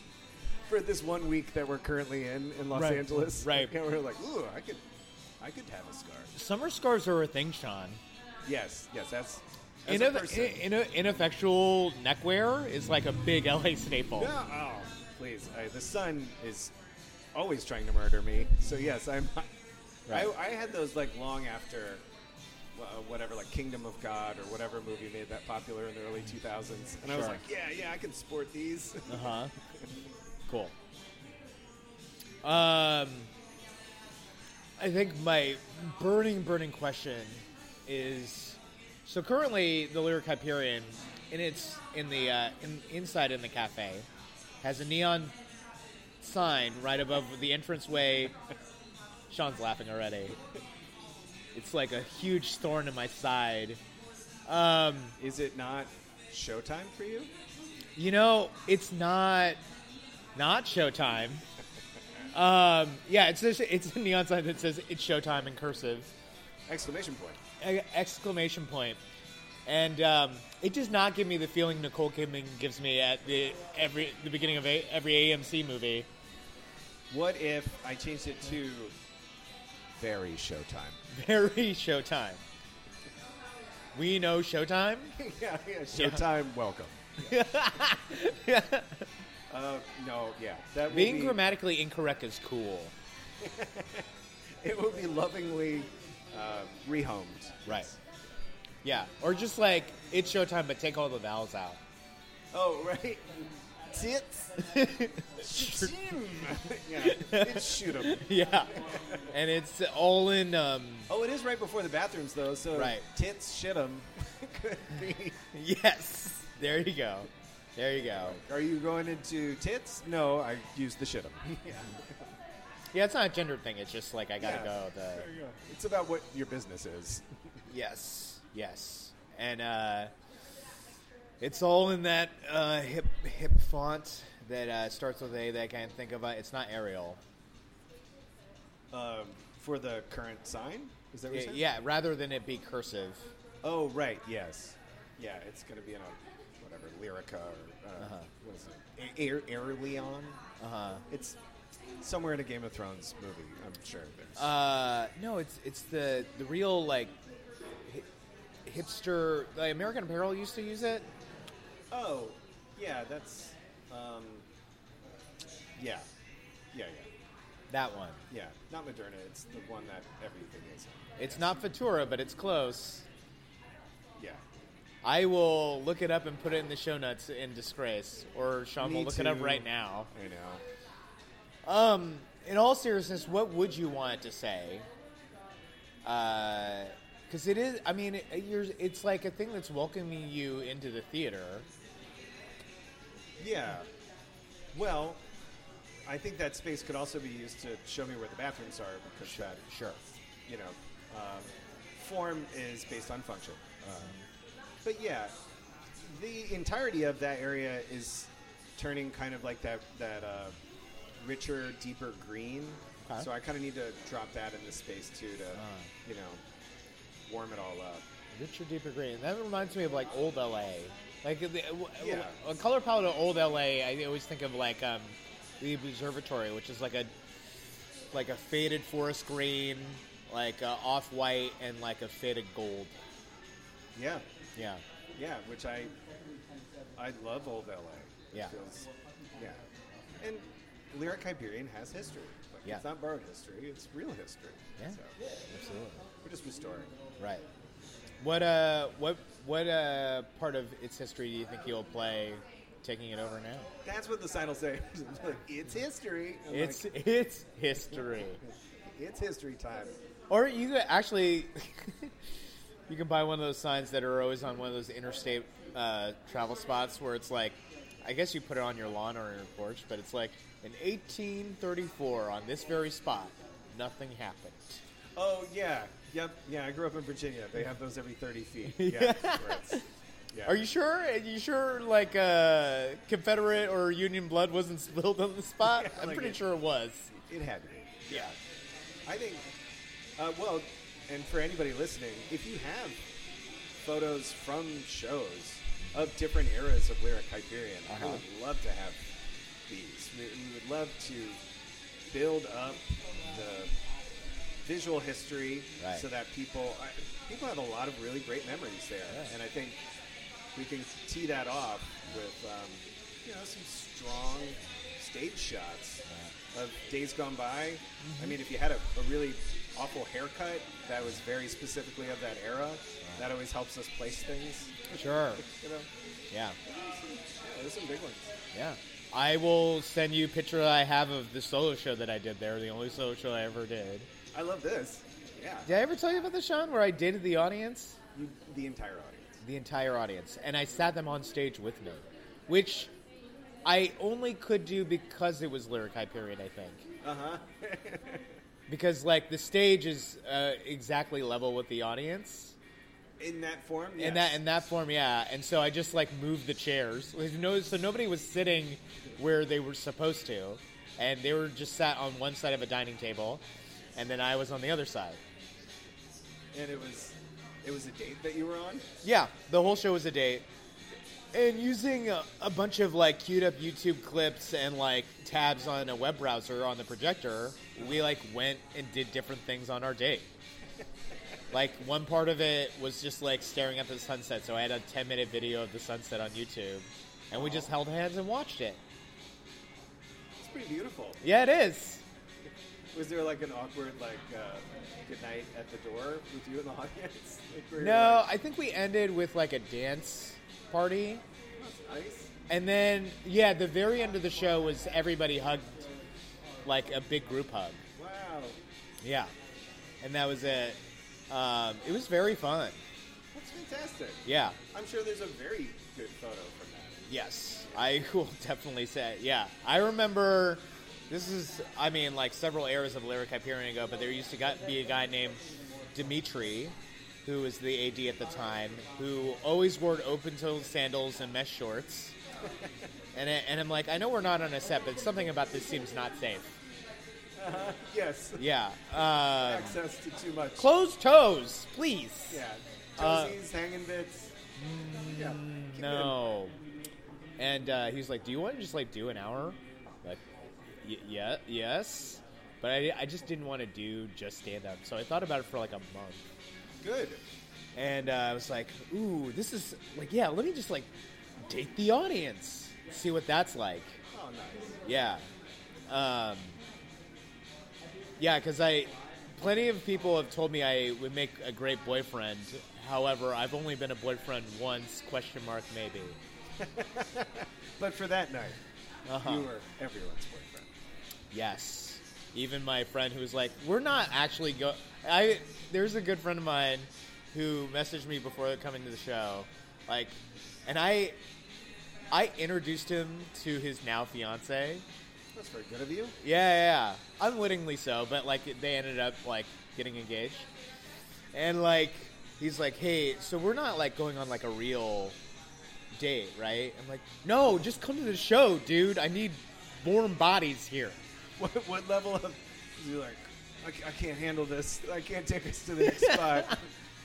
[SPEAKER 3] For this one week that we're currently in in Los
[SPEAKER 2] Right,
[SPEAKER 3] Angeles,
[SPEAKER 2] right.
[SPEAKER 3] And we're like, ooh, I could, I could have a scarf.
[SPEAKER 2] Summer scarves are a thing, Sean.
[SPEAKER 3] Yes. Yes. That's. As a
[SPEAKER 2] Ineff-
[SPEAKER 3] person,
[SPEAKER 2] in- in- ineffectual neckwear is like a big LA staple.
[SPEAKER 3] no, oh, please. I, the sun is always trying to murder me. So yes, I'm.
[SPEAKER 2] Right.
[SPEAKER 3] I, I had those like long after. uh, Whatever, like Kingdom of God or whatever movie made that popular in the early 2000s, and I was
[SPEAKER 2] Sure.
[SPEAKER 3] like, yeah, yeah, I can sport these.
[SPEAKER 2] Uh huh. cool. Um, I think my burning, burning question is: so currently, the Lyric Hyperion, in its in the uh, in, inside in the cafe, has a neon sign right above the entranceway. Sean's laughing already. It's like a huge thorn in my side. Um,
[SPEAKER 3] Is it not showtime for you?
[SPEAKER 2] you know, it's not not showtime. Um, yeah, it's this, it's a neon sign that says it's showtime in cursive
[SPEAKER 3] Exclamation point.
[SPEAKER 2] e- exclamation point, and um, it does not give me the feeling Nicole Kidman gives me at the every the beginning of a, every AMC movie.
[SPEAKER 3] What if I changed it to very showtime?
[SPEAKER 2] Very showtime. We know showtime.
[SPEAKER 3] yeah, yeah, showtime. Welcome. uh, no, yeah, that will
[SPEAKER 2] Being
[SPEAKER 3] be,
[SPEAKER 2] grammatically incorrect is cool.
[SPEAKER 3] It will be lovingly uh, rehomed.
[SPEAKER 2] Right. Yeah, or just like it's showtime, but take all the vowels out.
[SPEAKER 3] Oh, right. Tits. Shim. yeah, it's shoot 'em.
[SPEAKER 2] Yeah, and it's all in. Um,
[SPEAKER 3] Oh, it is right before the bathrooms though, so
[SPEAKER 2] Right.
[SPEAKER 3] tits shit 'em. Could be.
[SPEAKER 2] yes, there you go, there you go.
[SPEAKER 3] Are you going into tits? No, I used the shit 'em.
[SPEAKER 2] Yeah, it's not a gender thing. It's just like I gotta
[SPEAKER 3] Yeah.
[SPEAKER 2] go. The
[SPEAKER 3] There you go. It's about what your business is.
[SPEAKER 2] yes, yes, and uh, it's all in that uh, hip hip font that uh, starts with a that I can't think of. Uh, it's not Arial.
[SPEAKER 3] Um, for the current sign? Is that what
[SPEAKER 2] Y-
[SPEAKER 3] you're saying?
[SPEAKER 2] yeah, rather than it be cursive.
[SPEAKER 3] Oh, right, yes. Yeah, it's going to be in a, whatever, Lyrica or, uh, what is it? Air, Air Leon?
[SPEAKER 2] Uh huh.
[SPEAKER 3] It's somewhere in a Game of Thrones movie, I'm sure. There's.
[SPEAKER 2] Uh, no, it's it's the the real like hi- hipster. Like American Apparel used to use it.
[SPEAKER 3] oh, yeah, that's, um, yeah. Yeah,
[SPEAKER 2] That one.
[SPEAKER 3] yeah, yeah. Not Moderna, it's the one that everything is.
[SPEAKER 2] It's not Fatura, but it's close.
[SPEAKER 3] Yeah.
[SPEAKER 2] I will look it up and put it in the show notes in disgrace, or Sean will
[SPEAKER 3] Me
[SPEAKER 2] look it up
[SPEAKER 3] too.
[SPEAKER 2] right now.
[SPEAKER 3] I know.
[SPEAKER 2] Um, in all seriousness, what would you want it to say? Because it is, I mean, it, you're, it's like a thing that's welcoming you into the theater.
[SPEAKER 3] Yeah. Well, I think that space could also be used to show me where the bathrooms are because that,
[SPEAKER 2] Sure.
[SPEAKER 3] you know, um, form is based on function. Um, but yeah, the entirety of that area is turning kind of like that that uh, richer, deeper green.
[SPEAKER 2] Okay. Ah.
[SPEAKER 3] So I kind of need to drop that in the space too to, you know, warm it all up.
[SPEAKER 2] Richard Deeper Green. That reminds me of like old LA. Like the,
[SPEAKER 3] Yeah.
[SPEAKER 2] a color palette of old LA. I always think of like um, the observatory, which is like a like a faded forest green, like uh, off white, and like a faded gold.
[SPEAKER 3] Yeah.
[SPEAKER 2] Yeah.
[SPEAKER 3] yeah, which I I love old LA. It
[SPEAKER 2] Yeah.
[SPEAKER 3] feels- yeah, and Lyric Hyperion has history. Like,
[SPEAKER 2] Yeah.
[SPEAKER 3] it's not borrowed history; it's real history.
[SPEAKER 2] Yeah.
[SPEAKER 3] so
[SPEAKER 2] Absolutely.
[SPEAKER 3] we're just restoring.
[SPEAKER 2] Right. What uh what what uh part of its history do you think he'll play taking it over now?
[SPEAKER 3] That's what the sign will say. Like, it's history. I'm like,
[SPEAKER 2] It's it's history.
[SPEAKER 3] it's history time.
[SPEAKER 2] Or you could actually you can buy one of those signs that are always on one of those interstate uh, travel spots where it's like I guess you put it on your lawn or on your porch, but it's like in 1834 on this very spot, nothing happened.
[SPEAKER 3] Oh yeah, yep, yeah. I grew up in Virginia. They have those every thirty feet. Yeah. where it's- yeah.
[SPEAKER 2] Are you sure? Are you sure like uh, Confederate or Union blood wasn't spilled on the spot?
[SPEAKER 3] Yeah,
[SPEAKER 2] I'm
[SPEAKER 3] like
[SPEAKER 2] pretty
[SPEAKER 3] it-
[SPEAKER 2] sure it was.
[SPEAKER 3] It had to be.
[SPEAKER 2] Yeah.
[SPEAKER 3] I think, uh, well, and for anybody listening, if you have photos from shows of different eras of Lyric Hyperion,
[SPEAKER 2] Uh-huh.
[SPEAKER 3] I would love to have these. We, we would love to build up the visual history
[SPEAKER 2] Right.
[SPEAKER 3] so that people I, people have a lot of really great memories there,
[SPEAKER 2] Yeah.
[SPEAKER 3] and I think we can tee that off with um, you know some strong stage shots of days gone by.
[SPEAKER 2] Mm-hmm.
[SPEAKER 3] I mean, if you had a, a really awful haircut that was very specifically of that era, that always helps us place things.
[SPEAKER 2] Sure.
[SPEAKER 3] You know,
[SPEAKER 2] Yeah.
[SPEAKER 3] yeah, there's some big ones.
[SPEAKER 2] Yeah. I will send you a picture that I have of the solo show that I did there, the only solo show I ever did.
[SPEAKER 3] I love this. Yeah,
[SPEAKER 2] Did I ever tell you about the Sean where I dated the audience?
[SPEAKER 3] You, the entire audience.
[SPEAKER 2] The entire audience. And I sat them on stage with me. Which I only could do because it was Lyric Hyperion, I think.
[SPEAKER 3] Uh huh.
[SPEAKER 2] Because, like, the stage is uh, exactly level with the audience.
[SPEAKER 3] In that form, yes.
[SPEAKER 2] In that in that form, yeah. And so I just like moved the chairs. Like, No, so nobody was sitting where they were supposed to, and they were just sat on one side of a dining table, and then I was on the other side.
[SPEAKER 3] and it was, it was a date that you were on.
[SPEAKER 2] Yeah, the whole show was a date, and using a, a bunch of like queued up YouTube clips and like tabs on a web browser on the projector, we like went and did different things on our date. Like one part of it was just like staring up at the sunset, so I had a ten minute video of the sunset on YouTube, and we just held hands and watched it.
[SPEAKER 3] It's pretty beautiful.
[SPEAKER 2] Yeah, it is.
[SPEAKER 3] Was there like an awkward like uh, good night at the door with you in the audience? Like, where you're
[SPEAKER 2] No,
[SPEAKER 3] like,
[SPEAKER 2] I think we ended with like a dance party.
[SPEAKER 3] "That's nice.
[SPEAKER 2] And then, yeah, the very end of the show was everybody hugged, like a big group hug.
[SPEAKER 3] Wow,
[SPEAKER 2] Yeah. And that was it. Um, it was very fun.
[SPEAKER 3] that's fantastic.
[SPEAKER 2] Yeah.
[SPEAKER 3] I'm sure there's a very good photo from that.
[SPEAKER 2] Yes. I will definitely say, yeah. I remember this is, I mean, like several eras of Lyric Hyperion ago, but there used to got, be a guy named Dimitri, who was the AD at the time, who always wore open toed sandals and mesh shorts. And, I, and I'm like, I know we're not on a set, but something about this seems not safe.
[SPEAKER 3] Yes,
[SPEAKER 2] Yeah. Um,
[SPEAKER 3] access to too much.
[SPEAKER 2] closed toes, please.
[SPEAKER 3] yeah,
[SPEAKER 2] Uh, mm,
[SPEAKER 3] toesies, hanging bits. Yeah, keep
[SPEAKER 2] No. And uh, he was like, "Do you want to just like do an hour?" Like, y- yeah, yes. But I, I just didn't want to do just stand up, so I thought about it for like a month,
[SPEAKER 3] it. Good.
[SPEAKER 2] and uh, I was like, "Ooh, this is like, yeah, let me just like date the audience, see what that's like."
[SPEAKER 3] Oh, nice.
[SPEAKER 2] Yeah. Um, yeah, because I, plenty of people have told me I would make a great boyfriend. However, I've only been a boyfriend once. Question mark, maybe.
[SPEAKER 3] But for that night,
[SPEAKER 2] Uh-huh.
[SPEAKER 3] you were everyone's boyfriend.
[SPEAKER 2] Yes. Even my friend who was like, "We're not actually go." I there's a good friend of mine who messaged me before coming to the show, like, and I, I introduced him to his now fiance.
[SPEAKER 3] That's very good of you.
[SPEAKER 2] Yeah, yeah, yeah. unwittingly so, but like they ended up like getting engaged, and like he's like, "Hey, so we're not like going on like a real date, right?" I'm like, "No, just come to the show, dude. I need warm bodies here."
[SPEAKER 3] What, what level of you're like? I, ca- I can't handle this. I can't take us to the next spot.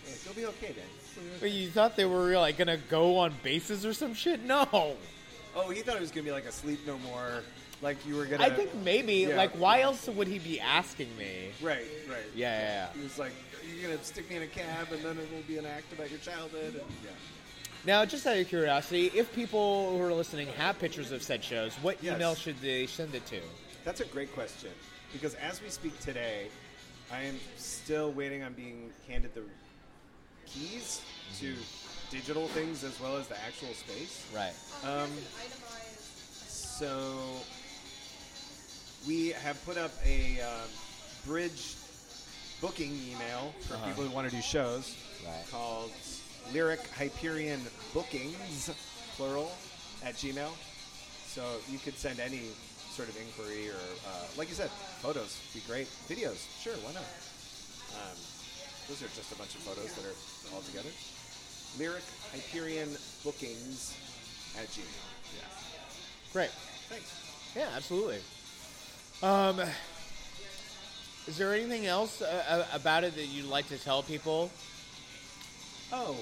[SPEAKER 3] Like, You'll be okay, then. You'll be okay.
[SPEAKER 2] But you thought they were like gonna go on bases or some shit? No.
[SPEAKER 3] Oh, he thought it was gonna be like a sleep no more. Like you were gonna.
[SPEAKER 2] I think maybe
[SPEAKER 3] Yeah.
[SPEAKER 2] like why else would he be asking me?
[SPEAKER 3] Right, right.
[SPEAKER 2] Yeah, yeah, yeah.
[SPEAKER 3] He was like, "You're gonna stick me in a cab, and then it will be an act about your childhood." And, yeah.
[SPEAKER 2] Now, just out of curiosity, if people who are listening have pictures of said shows, what
[SPEAKER 3] Yes.
[SPEAKER 2] email should they send it to?
[SPEAKER 3] That's a great question because as we speak today, I am still waiting on being handed the keys to digital things as well as the actual space.
[SPEAKER 2] Right.
[SPEAKER 3] Um, So we have put up a um, bridge booking email for people who want to do shows
[SPEAKER 2] Right.
[SPEAKER 3] called Lyric Hyperion Bookings, plural, at Gmail. So you could send any sort of inquiry or, uh, like you said, photos would be great. Videos, sure, why not? Um, those are just a bunch of photos that are all together. Lyric Hyperion Bookings at Gmail. Yeah.
[SPEAKER 2] Great.
[SPEAKER 3] Thanks.
[SPEAKER 2] Yeah, absolutely. Um, is there anything else uh, uh, about it that you'd like to tell people?
[SPEAKER 3] Oh,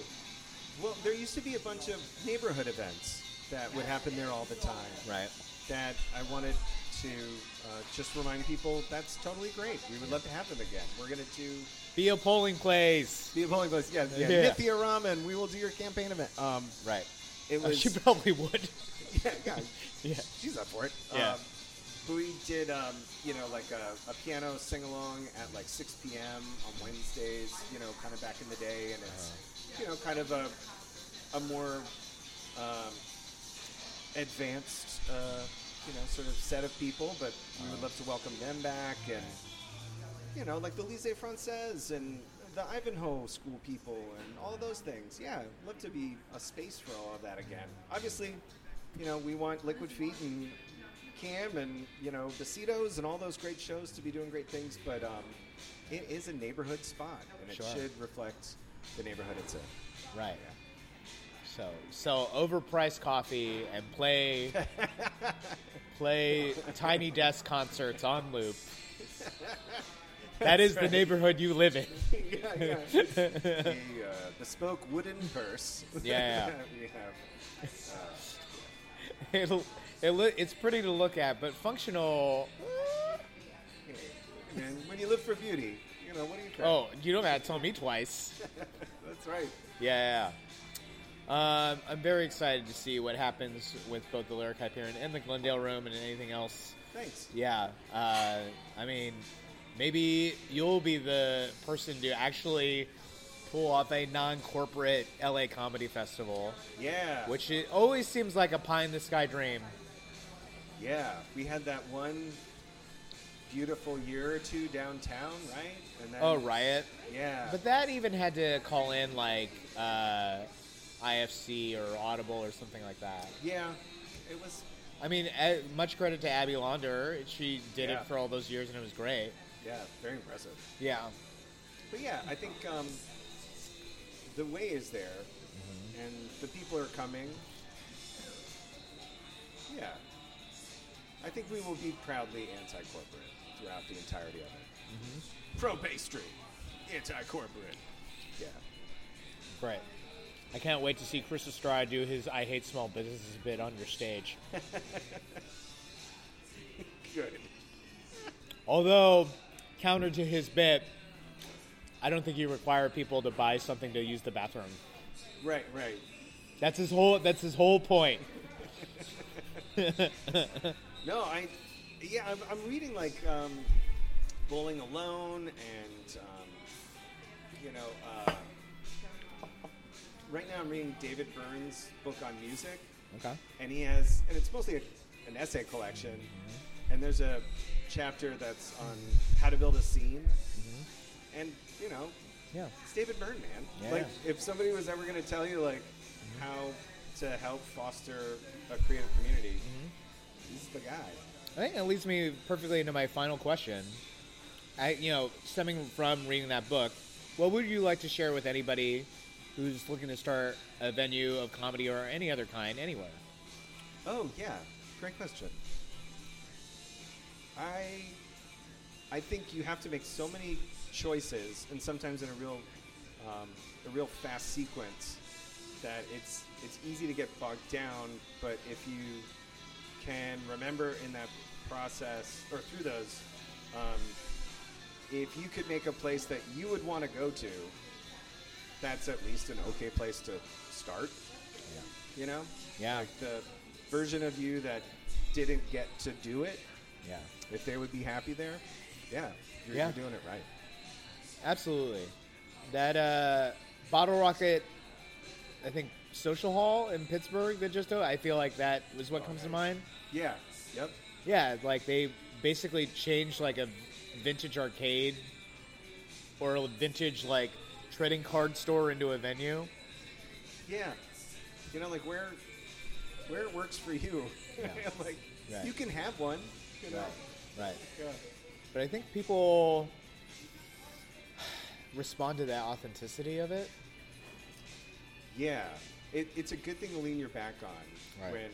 [SPEAKER 3] well, there used to be a bunch of neighborhood events that would happen there all the time.
[SPEAKER 2] Right.
[SPEAKER 3] That I wanted to uh, just remind people that's totally great. We would love to have them again. We're going to do
[SPEAKER 2] Be a polling place.
[SPEAKER 3] the polling place. Yeah, yeah.
[SPEAKER 2] Yeah.
[SPEAKER 3] Mythia Ramen. We will do your campaign event. Um,
[SPEAKER 2] Right.
[SPEAKER 3] it
[SPEAKER 2] Oh,
[SPEAKER 3] was
[SPEAKER 2] you probably would.
[SPEAKER 3] yeah, yeah,
[SPEAKER 2] Yeah.
[SPEAKER 3] she's up for it.
[SPEAKER 2] Yeah.
[SPEAKER 3] Um, but we did, um, you know, like a, a piano sing along at like 6 p.m. on Wednesdays, you know, kind of back in the day, and it's,
[SPEAKER 2] Uh-huh.
[SPEAKER 3] you know, kind of a, a more um, advanced, uh, you know, sort of set of people, but we would love to welcome them back, and, you know, like the Lycée Francaise and the Ivanhoe school people and all those things. Yeah, I'd love to be a space for all of that again. Obviously, you know, we want Liquid Feet and Cam and, you know, Besitos and all those great shows to be doing great things, but um, it is a neighborhood spot, and
[SPEAKER 2] Sure.
[SPEAKER 3] it should reflect the neighborhood it's in.
[SPEAKER 2] Right. So sell overpriced coffee and play play tiny desk concerts on loop. That is the neighborhood you live in.
[SPEAKER 3] yeah, yeah. the uh, bespoke wooden purse.
[SPEAKER 2] Yeah, yeah.
[SPEAKER 3] that we have.
[SPEAKER 2] It'll, it lo- it's pretty to look at, but functional.
[SPEAKER 3] And when you live for beauty, you know, what do you think?
[SPEAKER 2] Oh, you don't have to tell me twice.
[SPEAKER 3] That's right.
[SPEAKER 2] Yeah. Um, I'm very excited to see what happens with both the Lyric Hyperion and the Glendale Room and anything else
[SPEAKER 3] Thanks.
[SPEAKER 2] Yeah, uh, I mean, maybe you'll be the person to actually pull off a non-corporate LA comedy festival,
[SPEAKER 3] Yeah.
[SPEAKER 2] which it always seems like a pie in the sky dream.
[SPEAKER 3] Yeah, we had that one beautiful year or two downtown, right? And then,
[SPEAKER 2] Oh, riot!
[SPEAKER 3] Yeah,
[SPEAKER 2] But that even had to call in like uh, IFC or Audible or something like that.
[SPEAKER 3] yeah, it was.
[SPEAKER 2] I mean, eh, much credit to Abby Launder. She did
[SPEAKER 3] Yeah.
[SPEAKER 2] it for all those years, and it was great.
[SPEAKER 3] Yeah, very impressive.
[SPEAKER 2] Yeah,
[SPEAKER 3] But yeah, I think um, the way is there, and the people are coming. Yeah, I think we will be proudly anti-corporate throughout the entirety of it. Pro pastry, anti-corporate. Yeah,
[SPEAKER 2] great. I can't wait to see Chris Estrada do his "I hate small businesses" bit on your stage.
[SPEAKER 3] good.
[SPEAKER 2] Although, counter to his bit, I don't think you require people to buy something to use the bathroom.
[SPEAKER 3] Right, right.
[SPEAKER 2] That's his whole. That's his whole point.
[SPEAKER 3] No, I, yeah, I'm, I'm reading like um, Bowling Alone and, um, you know, uh, right now I'm reading David Burns' book on music,
[SPEAKER 2] Okay.
[SPEAKER 3] and he has, and it's mostly a, an essay collection, and there's a chapter that's on how to build a scene, and, you know,
[SPEAKER 2] Yeah.
[SPEAKER 3] it's David Byrne, man.
[SPEAKER 2] Yeah.
[SPEAKER 3] Like, if somebody was ever going to tell you, like, how to help foster a creative community, he's the guy.
[SPEAKER 2] I think that leads me perfectly into my final question. I, you know, stemming from reading that book, what would you like to share with anybody who's looking to start a venue of comedy or any other kind anywhere?
[SPEAKER 3] Oh yeah, great question. I I think you have to make so many choices, and sometimes in a real um, a real fast sequence, that it's it's easy to get bogged down. But if you can remember in that process or through those, um, if you could make a place that you would want to go to, that's at least an okay place to start You know,
[SPEAKER 2] Yeah.
[SPEAKER 3] like the version of you that didn't get to do it.
[SPEAKER 2] Yeah.
[SPEAKER 3] If they would be happy there, yeah, you're,
[SPEAKER 2] Yeah.
[SPEAKER 3] you're doing it right.
[SPEAKER 2] Absolutely. That uh, Bottle Rocket, I think, social hall in Pittsburgh that just opened, I feel like that was what comes to mind.
[SPEAKER 3] Yeah. Yep.
[SPEAKER 2] Yeah, like they basically changed like a vintage arcade or a vintage like trading card store into a venue.
[SPEAKER 3] Yeah. You know, like where where it works for you.
[SPEAKER 2] Yeah.
[SPEAKER 3] like
[SPEAKER 2] Right.
[SPEAKER 3] you can have one. You know.
[SPEAKER 2] Right.
[SPEAKER 3] Yeah.
[SPEAKER 2] But I think people respond to that authenticity of it.
[SPEAKER 3] Yeah, it, it's a good thing to lean your back on
[SPEAKER 2] Right.
[SPEAKER 3] when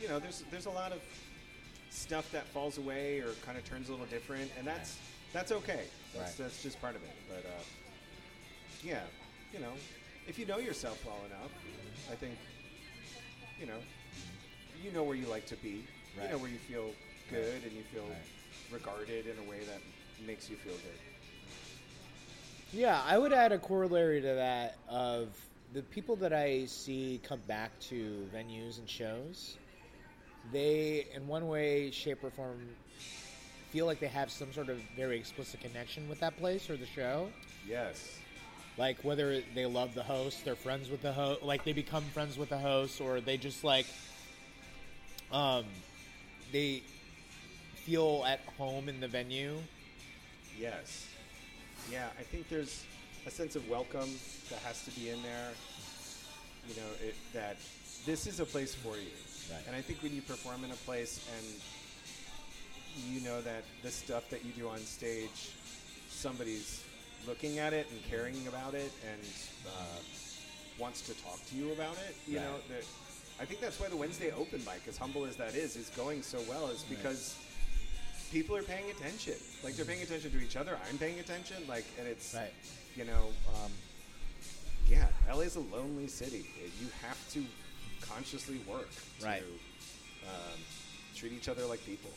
[SPEAKER 3] you know there's there's a lot of stuff that falls away or kind of turns a little different, and that's that's okay. That's
[SPEAKER 2] Right.
[SPEAKER 3] that's just part of it. But uh, yeah, you know, if you know yourself well enough, I think you know you know where you like to be.
[SPEAKER 2] Right.
[SPEAKER 3] You know where you feel good and you feel
[SPEAKER 2] Right.
[SPEAKER 3] regarded in a way that makes you feel good.
[SPEAKER 2] Yeah, I would add a corollary to that of the people that I see come back to venues and shows. They, in one way, shape, or form, feel like they have some sort of very explicit connection with that place or the show.
[SPEAKER 3] Yes.
[SPEAKER 2] Like whether they love the host, they're friends with the host, like they become friends with the host, or they just like, um, they feel at home in the venue.
[SPEAKER 3] Yes. Yeah, I think there's a sense of welcome that has to be in there. You know, it, that this is a place for you.
[SPEAKER 2] Right.
[SPEAKER 3] And I think when you perform in a place and you know that the stuff that you do on stage, somebody's looking at it and caring about it and uh, wants to talk to you about it, you
[SPEAKER 2] Right.
[SPEAKER 3] know, that I think that's why the Wednesday open mic, as humble as that is, is going so well, is because people are paying attention. Like they're paying attention to each other. I'm paying attention. Like, and it's
[SPEAKER 2] Right.
[SPEAKER 3] you know, um, yeah, LA's a lonely city. You have to consciously work to
[SPEAKER 2] Right.
[SPEAKER 3] um, treat each other like people.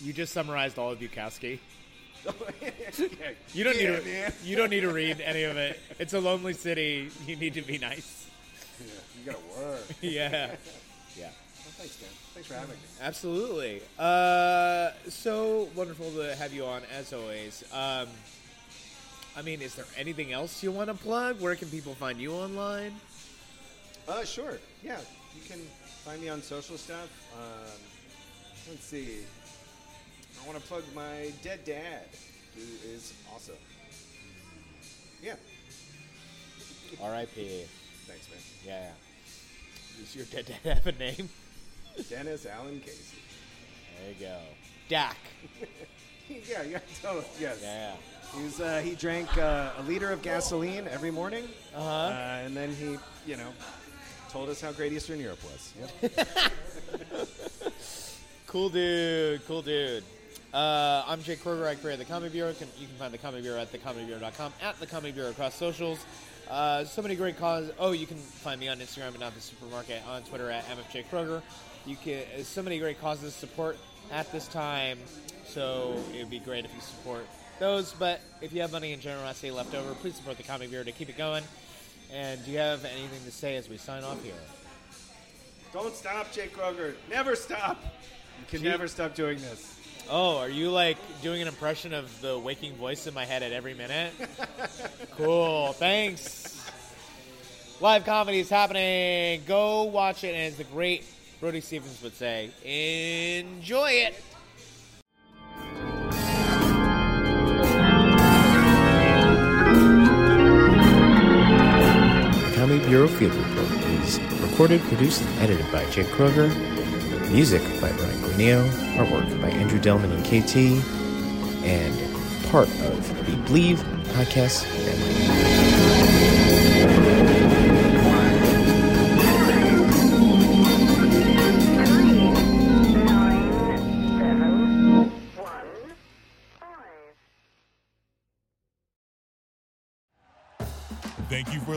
[SPEAKER 2] You just summarized all of Bukowski.
[SPEAKER 3] yeah.
[SPEAKER 2] You don't
[SPEAKER 3] Yeah,
[SPEAKER 2] need to.
[SPEAKER 3] man.
[SPEAKER 2] You don't need to read any of it. It's a lonely city. You need to be nice.
[SPEAKER 3] Yeah, you gotta work. well,
[SPEAKER 2] Yeah. Yeah.
[SPEAKER 3] thanks, Dan. Thanks for having me.
[SPEAKER 2] Absolutely. Uh, so wonderful to have you on as always. Um, I mean, is there anything else you want to plug? Where can people find you online?
[SPEAKER 3] Uh, sure. Yeah, you can find me on social stuff. Um, let's see. I want to plug my dead dad, who is awesome. Yeah.
[SPEAKER 2] R.I.P.
[SPEAKER 3] Thanks, man.
[SPEAKER 2] Yeah. Does your dead dad have a name?
[SPEAKER 3] Dennis Allen Casey.
[SPEAKER 2] There you go. Dak.
[SPEAKER 3] yeah, yeah, totally. Yes.
[SPEAKER 2] Yeah.
[SPEAKER 3] He was, uh, he drank uh, a liter of gasoline every morning,
[SPEAKER 2] Uh-huh.
[SPEAKER 3] uh, and then he, you know, told us how great Eastern Europe was.
[SPEAKER 2] Cool dude, cool dude. Uh, I'm Jake Kroger. I create the Comedy Bureau. Can, you can find the Comedy Bureau at thecomedybureau.com, at the Comedy Bureau across socials. Uh, so many great causes. Oh, you can find me on Instagram at not the supermarket, on Twitter at MFJ Kroger. You can uh, so many great causes to support at this time. So it would be great if you support those. But if you have money and generosity left over, please support the Comedy Bureau to keep it going. And do you have anything to say as we sign off here?
[SPEAKER 3] Don't stop, Jake Kroger. Never stop. You can
[SPEAKER 2] Gee.
[SPEAKER 3] never stop doing this.
[SPEAKER 2] Oh, are you like doing an impression of the waking voice in my head at every minute? cool. Thanks. Live comedy is happening. Go watch it, and as the great Brody Stevens would say, enjoy it.
[SPEAKER 4] County Bureau Field Report is recorded, produced, and edited by Jake Kroger. Music by Brian Granillo. Artwork by Andrew Delman and KT. And part of the Believe podcast family.
[SPEAKER 5] Nine, seven, one, five.
[SPEAKER 1] Thank you for